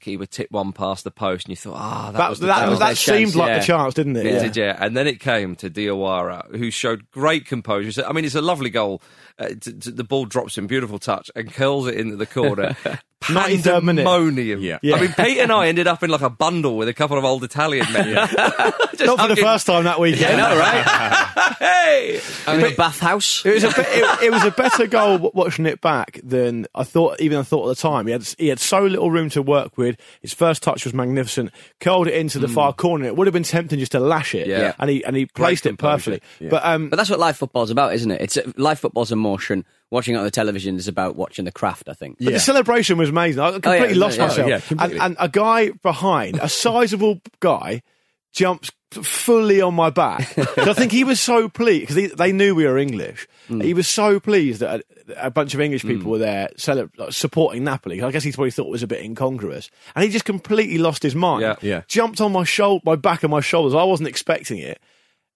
[SPEAKER 1] Key would tip one past the post, and you thought, ah, that,
[SPEAKER 2] That-
[SPEAKER 1] was the
[SPEAKER 2] that-
[SPEAKER 1] chance.
[SPEAKER 2] that That was their seemed chance, like the yeah. chance, didn't it?
[SPEAKER 1] Yeah.
[SPEAKER 2] Yeah.
[SPEAKER 1] did, yeah. And then it came to Diawara, who showed great composure. So, I mean, it's a lovely goal. Uh, t- t- the ball drops in beautiful touch and curls it into the
[SPEAKER 2] [laughs]
[SPEAKER 1] corner.
[SPEAKER 2] 93rd minute.
[SPEAKER 1] Pandemonium.
[SPEAKER 2] Yeah.
[SPEAKER 1] I mean, Pete
[SPEAKER 2] [laughs]
[SPEAKER 1] and I ended up in like a bundle with a couple of old Italian men. Just
[SPEAKER 2] Not for the
[SPEAKER 1] hugging-
[SPEAKER 2] first time that weekend.
[SPEAKER 1] Yeah, I know, right? hey!
[SPEAKER 3] In a [laughs] bathhouse.
[SPEAKER 2] It was a be- it, it was a better goal w- watching it back than I thought. Even I thought at the time he had he had so little room to work with. His first touch was magnificent. Curled it into the far corner. It would have been tempting just to lash it.
[SPEAKER 3] Hmm. Yeah.
[SPEAKER 2] and he and he placed it
[SPEAKER 3] composure.
[SPEAKER 2] perfectly. But um,
[SPEAKER 3] But that's what live football's about, isn't it? It's uh, live football's emotion. Watching it on the television is about watching the craft. I think.
[SPEAKER 2] But the celebration was
[SPEAKER 1] Oh,
[SPEAKER 2] amazing. I completely
[SPEAKER 3] yeah,
[SPEAKER 2] lost
[SPEAKER 3] yeah,
[SPEAKER 2] myself.
[SPEAKER 3] yeah, completely.
[SPEAKER 2] And, and a guy behind, a sizable guy, jumps fully on my back.
[SPEAKER 1] [laughs]
[SPEAKER 2] so I think he was so pleased because they knew we were English.
[SPEAKER 1] Mm.
[SPEAKER 2] He was so pleased that a, a bunch of English people were there cele- like, supporting Napoli. I guess he probably thought it was a bit incongruous, and he just completely lost his mind.
[SPEAKER 1] Yeah. Yeah.
[SPEAKER 2] Jumped on my shoulder, my back, and my shoulders. I wasn't expecting it.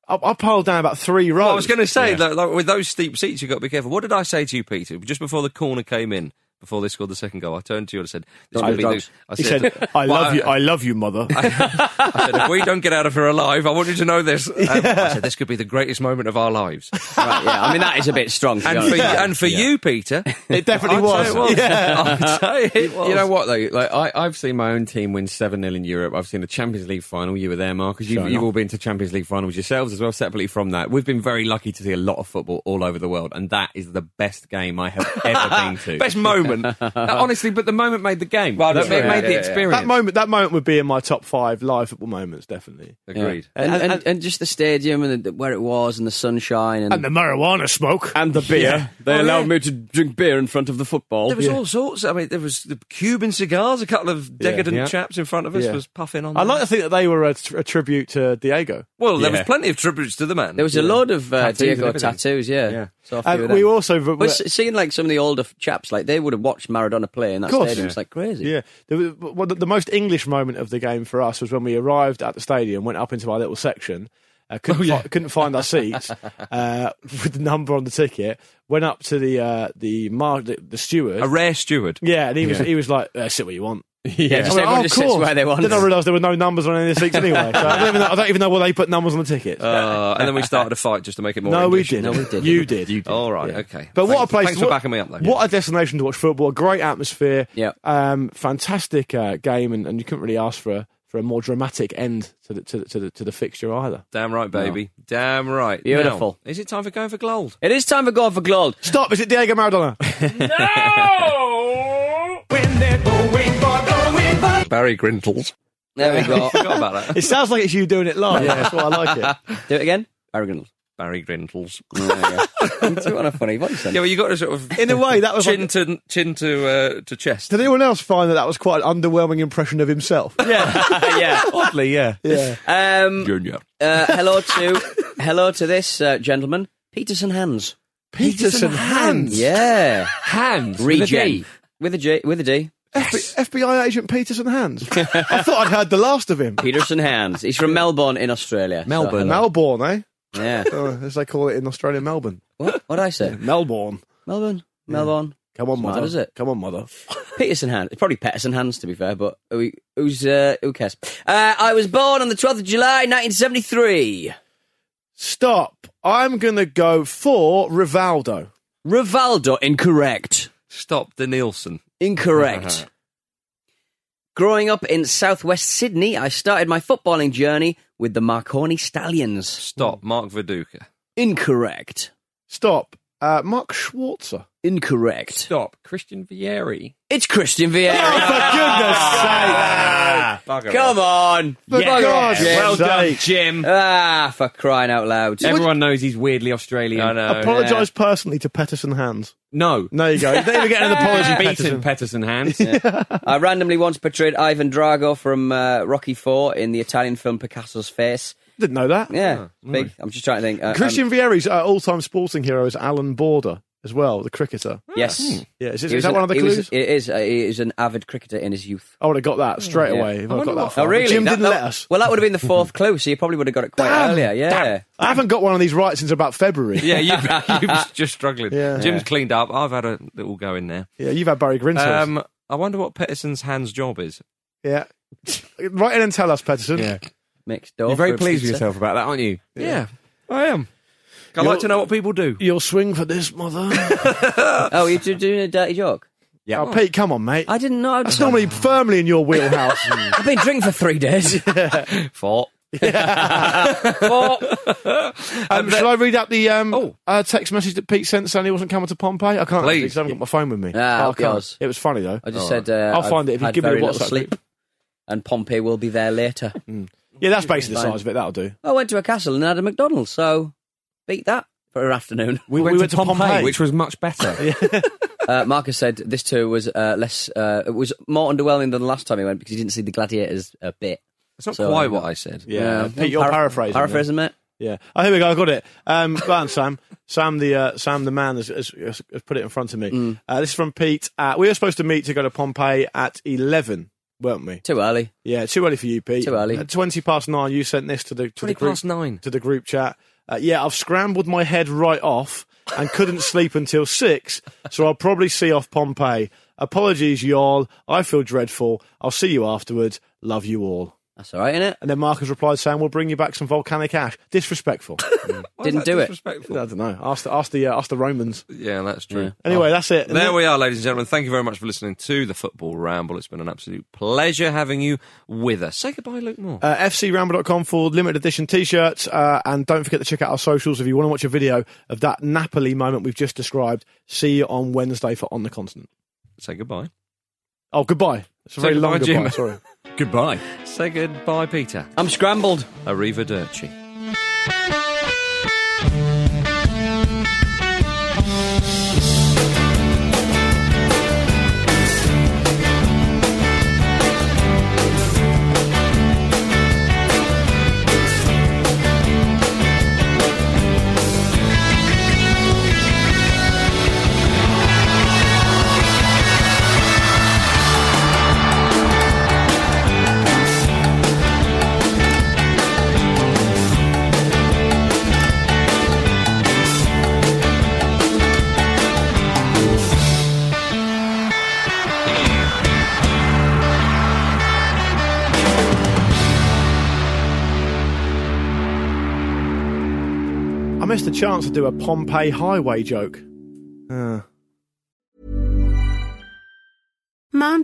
[SPEAKER 2] I, I piled down about three rows.
[SPEAKER 1] Well, I was going to say,
[SPEAKER 2] Yeah.
[SPEAKER 1] like, like, Oh, with those steep seats, you've got to be careful. What did I say to you, Peter, just before the corner came in, before they scored the second goal? I turned to you and I said, this
[SPEAKER 2] Don't
[SPEAKER 1] could be
[SPEAKER 2] have
[SPEAKER 1] the-
[SPEAKER 2] dogs.
[SPEAKER 1] [laughs]
[SPEAKER 2] He said, "I
[SPEAKER 1] Well,
[SPEAKER 2] love you. I love you, mother."
[SPEAKER 1] [laughs] I said, if we don't get out of here alive, I want you to
[SPEAKER 4] [laughs]
[SPEAKER 1] know this. Um, I said, this could be the greatest moment of our lives.
[SPEAKER 3] Right, yeah. I mean, that is a bit strong. to be
[SPEAKER 1] And
[SPEAKER 3] honest.
[SPEAKER 1] for, and for you, Peter,
[SPEAKER 2] It definitely
[SPEAKER 1] I'd
[SPEAKER 2] was.
[SPEAKER 1] Say it was. [laughs]
[SPEAKER 2] Yeah.
[SPEAKER 1] I'd say it was.
[SPEAKER 4] You know what though? Like I, I've seen my own team win seven 0 in Europe. I've seen the Champions League final. You were there, Marcus. You've,
[SPEAKER 2] Sure
[SPEAKER 4] you've
[SPEAKER 2] enough.
[SPEAKER 4] all been to Champions League finals yourselves as well. Separately from that, we've been very lucky to see a lot of football all over the world, and that is the best game I have ever been to.
[SPEAKER 1] [laughs] Best moment.
[SPEAKER 2] [laughs]
[SPEAKER 4] honestly, but the moment made the game.
[SPEAKER 1] Uh, Well,
[SPEAKER 4] That-
[SPEAKER 1] yeah,
[SPEAKER 4] it made
[SPEAKER 1] yeah,
[SPEAKER 4] the
[SPEAKER 1] yeah.
[SPEAKER 4] experience.
[SPEAKER 2] That moment, that moment would be in my top five live football moments, definitely.
[SPEAKER 1] Agreed.
[SPEAKER 3] And, and, and, just the stadium and the, where it was and the sunshine and,
[SPEAKER 2] And the marijuana smoke.
[SPEAKER 3] and the beer. They
[SPEAKER 1] Oh,
[SPEAKER 3] allowed
[SPEAKER 1] yeah.
[SPEAKER 3] me to drink beer in front of the football.
[SPEAKER 1] There was all sorts. I mean, there was the Cuban cigars. A couple of decadent
[SPEAKER 2] Yeah.
[SPEAKER 1] chaps in front of us
[SPEAKER 2] Yeah.
[SPEAKER 1] was puffing on.
[SPEAKER 2] I like
[SPEAKER 1] them.
[SPEAKER 2] to think that they were a, tr- a tribute to Diego.
[SPEAKER 1] Well, there
[SPEAKER 4] Yeah.
[SPEAKER 1] was plenty of tributes to the man.
[SPEAKER 3] There was a load of uh,
[SPEAKER 4] Tattoos and
[SPEAKER 3] Diego
[SPEAKER 4] everything.
[SPEAKER 3] tattoos, yeah.
[SPEAKER 4] Yeah.
[SPEAKER 3] Saw a few
[SPEAKER 2] Um,
[SPEAKER 3] of them.
[SPEAKER 2] we also, v-
[SPEAKER 3] But s- seeing like some of the older f- chaps, like they would have watched Maradona play in that
[SPEAKER 2] Course.
[SPEAKER 3] stadium. It's like crazy.
[SPEAKER 2] yeah, there was, well, the, the most English moment of the game for us was when we arrived at the stadium, went up into our little section. Uh, couldn't, fi- couldn't find our [laughs] seats uh, with the number on the ticket. Went up to the uh, the, mar- the the steward.
[SPEAKER 1] a rare steward.
[SPEAKER 2] yeah, and he was he was like, uh, "Sit where you want."
[SPEAKER 3] Yeah,
[SPEAKER 2] I
[SPEAKER 3] just
[SPEAKER 2] was like,
[SPEAKER 3] everyone
[SPEAKER 2] "Oh,
[SPEAKER 3] just
[SPEAKER 2] course."
[SPEAKER 3] sits where they want.
[SPEAKER 2] Then I realised there were no numbers on any of the seats anyway. So I, don't even know, I don't even know why they put numbers on the tickets.
[SPEAKER 1] Uh, and then we started a fight just to make it more.
[SPEAKER 2] no,
[SPEAKER 1] English.
[SPEAKER 2] we didn't.
[SPEAKER 3] No, we didn't.
[SPEAKER 2] You did.
[SPEAKER 1] All right, okay.
[SPEAKER 2] But what
[SPEAKER 1] Thanks-
[SPEAKER 2] a place!
[SPEAKER 1] Thanks
[SPEAKER 2] what,
[SPEAKER 1] for backing me up, though.
[SPEAKER 2] What a destination to watch football. A great atmosphere.
[SPEAKER 3] Yeah.
[SPEAKER 2] Um, fantastic uh, game, and, and you couldn't really ask for a, for a more dramatic end to the to the, to the, to the fixture either.
[SPEAKER 1] Damn right, baby. Damn right.
[SPEAKER 3] Beautiful.
[SPEAKER 1] Now, is it time for going for gold?
[SPEAKER 3] It is time for God for Glold.
[SPEAKER 2] Stop! Is it Diego Maradona?
[SPEAKER 1] Barry Grintles.
[SPEAKER 3] There we go.
[SPEAKER 1] Forgot about
[SPEAKER 2] [laughs] it
[SPEAKER 1] that.
[SPEAKER 2] sounds like it's you doing it live.
[SPEAKER 3] Yeah.
[SPEAKER 2] That's why I like it.
[SPEAKER 3] Do it again. Barry Grindle.
[SPEAKER 1] Barry Grintles.
[SPEAKER 3] you do it on a funny voice then.
[SPEAKER 1] Yeah, well, you got to sort of
[SPEAKER 2] [laughs] In a way, that was
[SPEAKER 1] chin
[SPEAKER 2] like-
[SPEAKER 1] to chin to uh, to chest.
[SPEAKER 2] Did anyone else find that that was quite an underwhelming impression of himself?
[SPEAKER 3] Yeah.
[SPEAKER 4] Oddly, yeah.
[SPEAKER 2] yeah.
[SPEAKER 3] Um,
[SPEAKER 1] Junior.
[SPEAKER 3] uh, hello to hello to this uh, gentleman, Peterson Hands.
[SPEAKER 2] Peterson Hands.
[SPEAKER 3] Yeah.
[SPEAKER 4] Hands.
[SPEAKER 3] Regen. With a J. With a D.
[SPEAKER 2] F- FBI agent Peterson Hands. I thought I'd heard the last of him. Uh,
[SPEAKER 3] Peterson Hands. He's from Melbourne in Australia. so
[SPEAKER 4] Melbourne.
[SPEAKER 3] hello.
[SPEAKER 2] Melbourne, eh?
[SPEAKER 3] yeah.
[SPEAKER 2] Oh, as they call it in Australia, Melbourne.
[SPEAKER 3] What? What did I say?
[SPEAKER 2] Melbourne.
[SPEAKER 3] Melbourne. Melbourne.
[SPEAKER 2] Come on,
[SPEAKER 3] It's mad,
[SPEAKER 2] mother.
[SPEAKER 3] is it?
[SPEAKER 2] Come on, mother.
[SPEAKER 3] Peterson Hands. It's probably Peterson Hands, to be fair, but who, who's, uh, who cares? Uh, I was born on the 12th of July, 1973.
[SPEAKER 2] Stop. I'm going to go for Rivaldo.
[SPEAKER 3] Rivaldo, incorrect.
[SPEAKER 4] Stop the Nielsen.
[SPEAKER 2] Uh-huh.
[SPEAKER 3] Incorrect. Growing up in southwest Sydney, I started my footballing journey with the Marconi Stallions.
[SPEAKER 4] Stop. Mark Viduka.
[SPEAKER 3] Incorrect.
[SPEAKER 2] Stop. Uh, Mark Schwarzer.
[SPEAKER 3] Incorrect.
[SPEAKER 4] Stop. Christian Vieri.
[SPEAKER 3] It's Christian Vieira.
[SPEAKER 2] Oh,
[SPEAKER 4] for goodness sake.
[SPEAKER 3] Come on.
[SPEAKER 2] For
[SPEAKER 3] Bugger
[SPEAKER 2] God's
[SPEAKER 3] off, Jim.
[SPEAKER 4] Ah! Well done,
[SPEAKER 2] sake.
[SPEAKER 4] Jim.
[SPEAKER 3] Ah, for crying out loud.
[SPEAKER 9] Everyone knows he's weirdly Australian.
[SPEAKER 4] I know.
[SPEAKER 2] Apologise personally to Peterson Hands.
[SPEAKER 9] No.
[SPEAKER 2] There you go. They were getting an apology,
[SPEAKER 4] [laughs]
[SPEAKER 9] Beaten Peterson
[SPEAKER 2] Peterson.
[SPEAKER 9] hands.
[SPEAKER 3] I randomly once portrayed Ivan Drago from uh, Rocky IV in the Italian film Picasso's Face.
[SPEAKER 2] Didn't know that.
[SPEAKER 3] Yeah, big. I'm just trying to think. Uh,
[SPEAKER 2] Ah, Christian Vieri's uh, all-time sporting hero is Alan Border as well, the cricketer.
[SPEAKER 3] um, yes.
[SPEAKER 2] Yeah, Hmm. is, this,
[SPEAKER 3] He
[SPEAKER 2] is
[SPEAKER 3] was
[SPEAKER 2] that
[SPEAKER 3] an-
[SPEAKER 2] one of the
[SPEAKER 3] he was-
[SPEAKER 2] clues?
[SPEAKER 3] it is. Uh, he is an avid cricketer in his youth.
[SPEAKER 2] I would have got that straight away if I, got that far. But
[SPEAKER 3] Oh, really?
[SPEAKER 2] Jim
[SPEAKER 3] That-
[SPEAKER 2] didn't
[SPEAKER 3] that-
[SPEAKER 2] let us.
[SPEAKER 3] Well, that would have been
[SPEAKER 2] [laughs]
[SPEAKER 3] the fourth clue, so you probably would have got it quite
[SPEAKER 2] Damn,
[SPEAKER 3] earlier. Yeah.
[SPEAKER 2] damn. I haven't got one of these right since about February.
[SPEAKER 4] [laughs] Yeah, you've, you've just struggling.
[SPEAKER 2] Yeah.
[SPEAKER 4] Jim's cleaned up. I've had a little go in there.
[SPEAKER 2] Yeah, you've had Barry Grintos.
[SPEAKER 4] Um, I wonder what Peterson's hand's job is.
[SPEAKER 2] yeah. [laughs] Write in and tell us, Peterson.
[SPEAKER 9] Yeah.
[SPEAKER 3] Mixed
[SPEAKER 9] You're very
[SPEAKER 3] up,
[SPEAKER 9] pleased with
[SPEAKER 3] pizza.
[SPEAKER 9] yourself about that, aren't you?
[SPEAKER 4] Yeah, I am. I like to know what people do.
[SPEAKER 2] You'll swing for this, [laughs] mother.
[SPEAKER 3] Oh, you're doing a dirty joke?
[SPEAKER 9] Yeah.
[SPEAKER 2] oh, Pete, come on, mate.
[SPEAKER 3] I didn't know. I'd-
[SPEAKER 2] That's normally firmly in your wheelhouse.
[SPEAKER 3] I've been drinking for
[SPEAKER 2] [laughs]
[SPEAKER 3] three days.
[SPEAKER 4] Fart.
[SPEAKER 2] um, shall I read out the um,
[SPEAKER 4] Oh.
[SPEAKER 2] uh, text message that Pete sent saying he wasn't coming to Pompeii? I can't read it
[SPEAKER 4] Please.
[SPEAKER 2] because I haven't got my phone with me.
[SPEAKER 3] Ah,
[SPEAKER 2] Oh, I
[SPEAKER 3] of
[SPEAKER 2] can't.
[SPEAKER 3] course.
[SPEAKER 2] It was funny, though.
[SPEAKER 3] I just said uh,
[SPEAKER 2] Oh. I'll find
[SPEAKER 3] I've
[SPEAKER 2] it if you
[SPEAKER 3] had
[SPEAKER 2] give me
[SPEAKER 3] very
[SPEAKER 2] a
[SPEAKER 3] little
[SPEAKER 2] WhatsApp.
[SPEAKER 3] sleep, and Pompey will be there later.
[SPEAKER 2] Yeah, that's basically the
[SPEAKER 3] Fine.
[SPEAKER 2] size of it. That'll do.
[SPEAKER 3] I went to a castle and had a McDonald's, so beat that for an afternoon. [laughs]
[SPEAKER 9] We, went,
[SPEAKER 2] We
[SPEAKER 9] to
[SPEAKER 2] went to
[SPEAKER 9] Pompeii,
[SPEAKER 2] Pompeii.
[SPEAKER 9] which was much better.
[SPEAKER 3] Uh, Marcus said this tour was uh, less, uh, it was more underwhelming than the last time he went because he didn't see the gladiators uh, bit.
[SPEAKER 4] It's not
[SPEAKER 3] So, uh,
[SPEAKER 4] quite what I said.
[SPEAKER 2] Yeah. Pete, you're paraphrasing.
[SPEAKER 3] Paraphrasing, mate.
[SPEAKER 2] Yeah. Oh, here we go. I got it. Um, go on, Sam. Sam, the uh, Sam, the man, has, has, has has put it in front of me.
[SPEAKER 3] Mm.
[SPEAKER 2] Uh, this is from Pete. Uh, we were supposed to meet to go to Pompeii at eleven, weren't we?
[SPEAKER 3] Too early.
[SPEAKER 2] Yeah, too early for you, Pete.
[SPEAKER 3] Too early.
[SPEAKER 2] At Twenty past nine, you sent this to the to
[SPEAKER 4] 20
[SPEAKER 2] the group,
[SPEAKER 4] past nine.
[SPEAKER 2] to the group chat. Uh, yeah, I've scrambled my head right off and couldn't sleep until six, so I'll probably see off Pompeii. Apologies, y'all. I feel dreadful. I'll see you afterwards. Love you all.
[SPEAKER 3] That's all right, innit?
[SPEAKER 2] And then Marcus replied, saying, "We'll bring you back some volcanic ash." Disrespectful.
[SPEAKER 4] Why
[SPEAKER 3] Didn't
[SPEAKER 4] is that
[SPEAKER 3] do it.
[SPEAKER 4] disrespectful?
[SPEAKER 2] I don't know. Ask the ask the uh, ask the Romans.
[SPEAKER 4] Yeah, that's true.
[SPEAKER 2] Anyway, that's it.
[SPEAKER 4] Oh, There we are, ladies and gentlemen. Thank you very much for listening to the Football Ramble. It's been an absolute pleasure having you with us. Say goodbye, Luke Moore.
[SPEAKER 2] Uh, FCRamble.com for limited edition T-shirts, uh, and don't forget to check out our socials if you want to watch a video of that Napoli moment we've just described. See you on Wednesday for On the Continent.
[SPEAKER 4] Say goodbye.
[SPEAKER 2] Oh, goodbye. It's a
[SPEAKER 4] Say
[SPEAKER 2] very long
[SPEAKER 4] goodbye, Jim.
[SPEAKER 2] goodbye.
[SPEAKER 4] [laughs]
[SPEAKER 2] Sorry.
[SPEAKER 9] Goodbye.
[SPEAKER 4] Say goodbye, Peter.
[SPEAKER 3] I'm scrambled.
[SPEAKER 4] Arrivederci.
[SPEAKER 2] I missed a chance to do a Pompeii highway joke. Uh,
[SPEAKER 1] Mom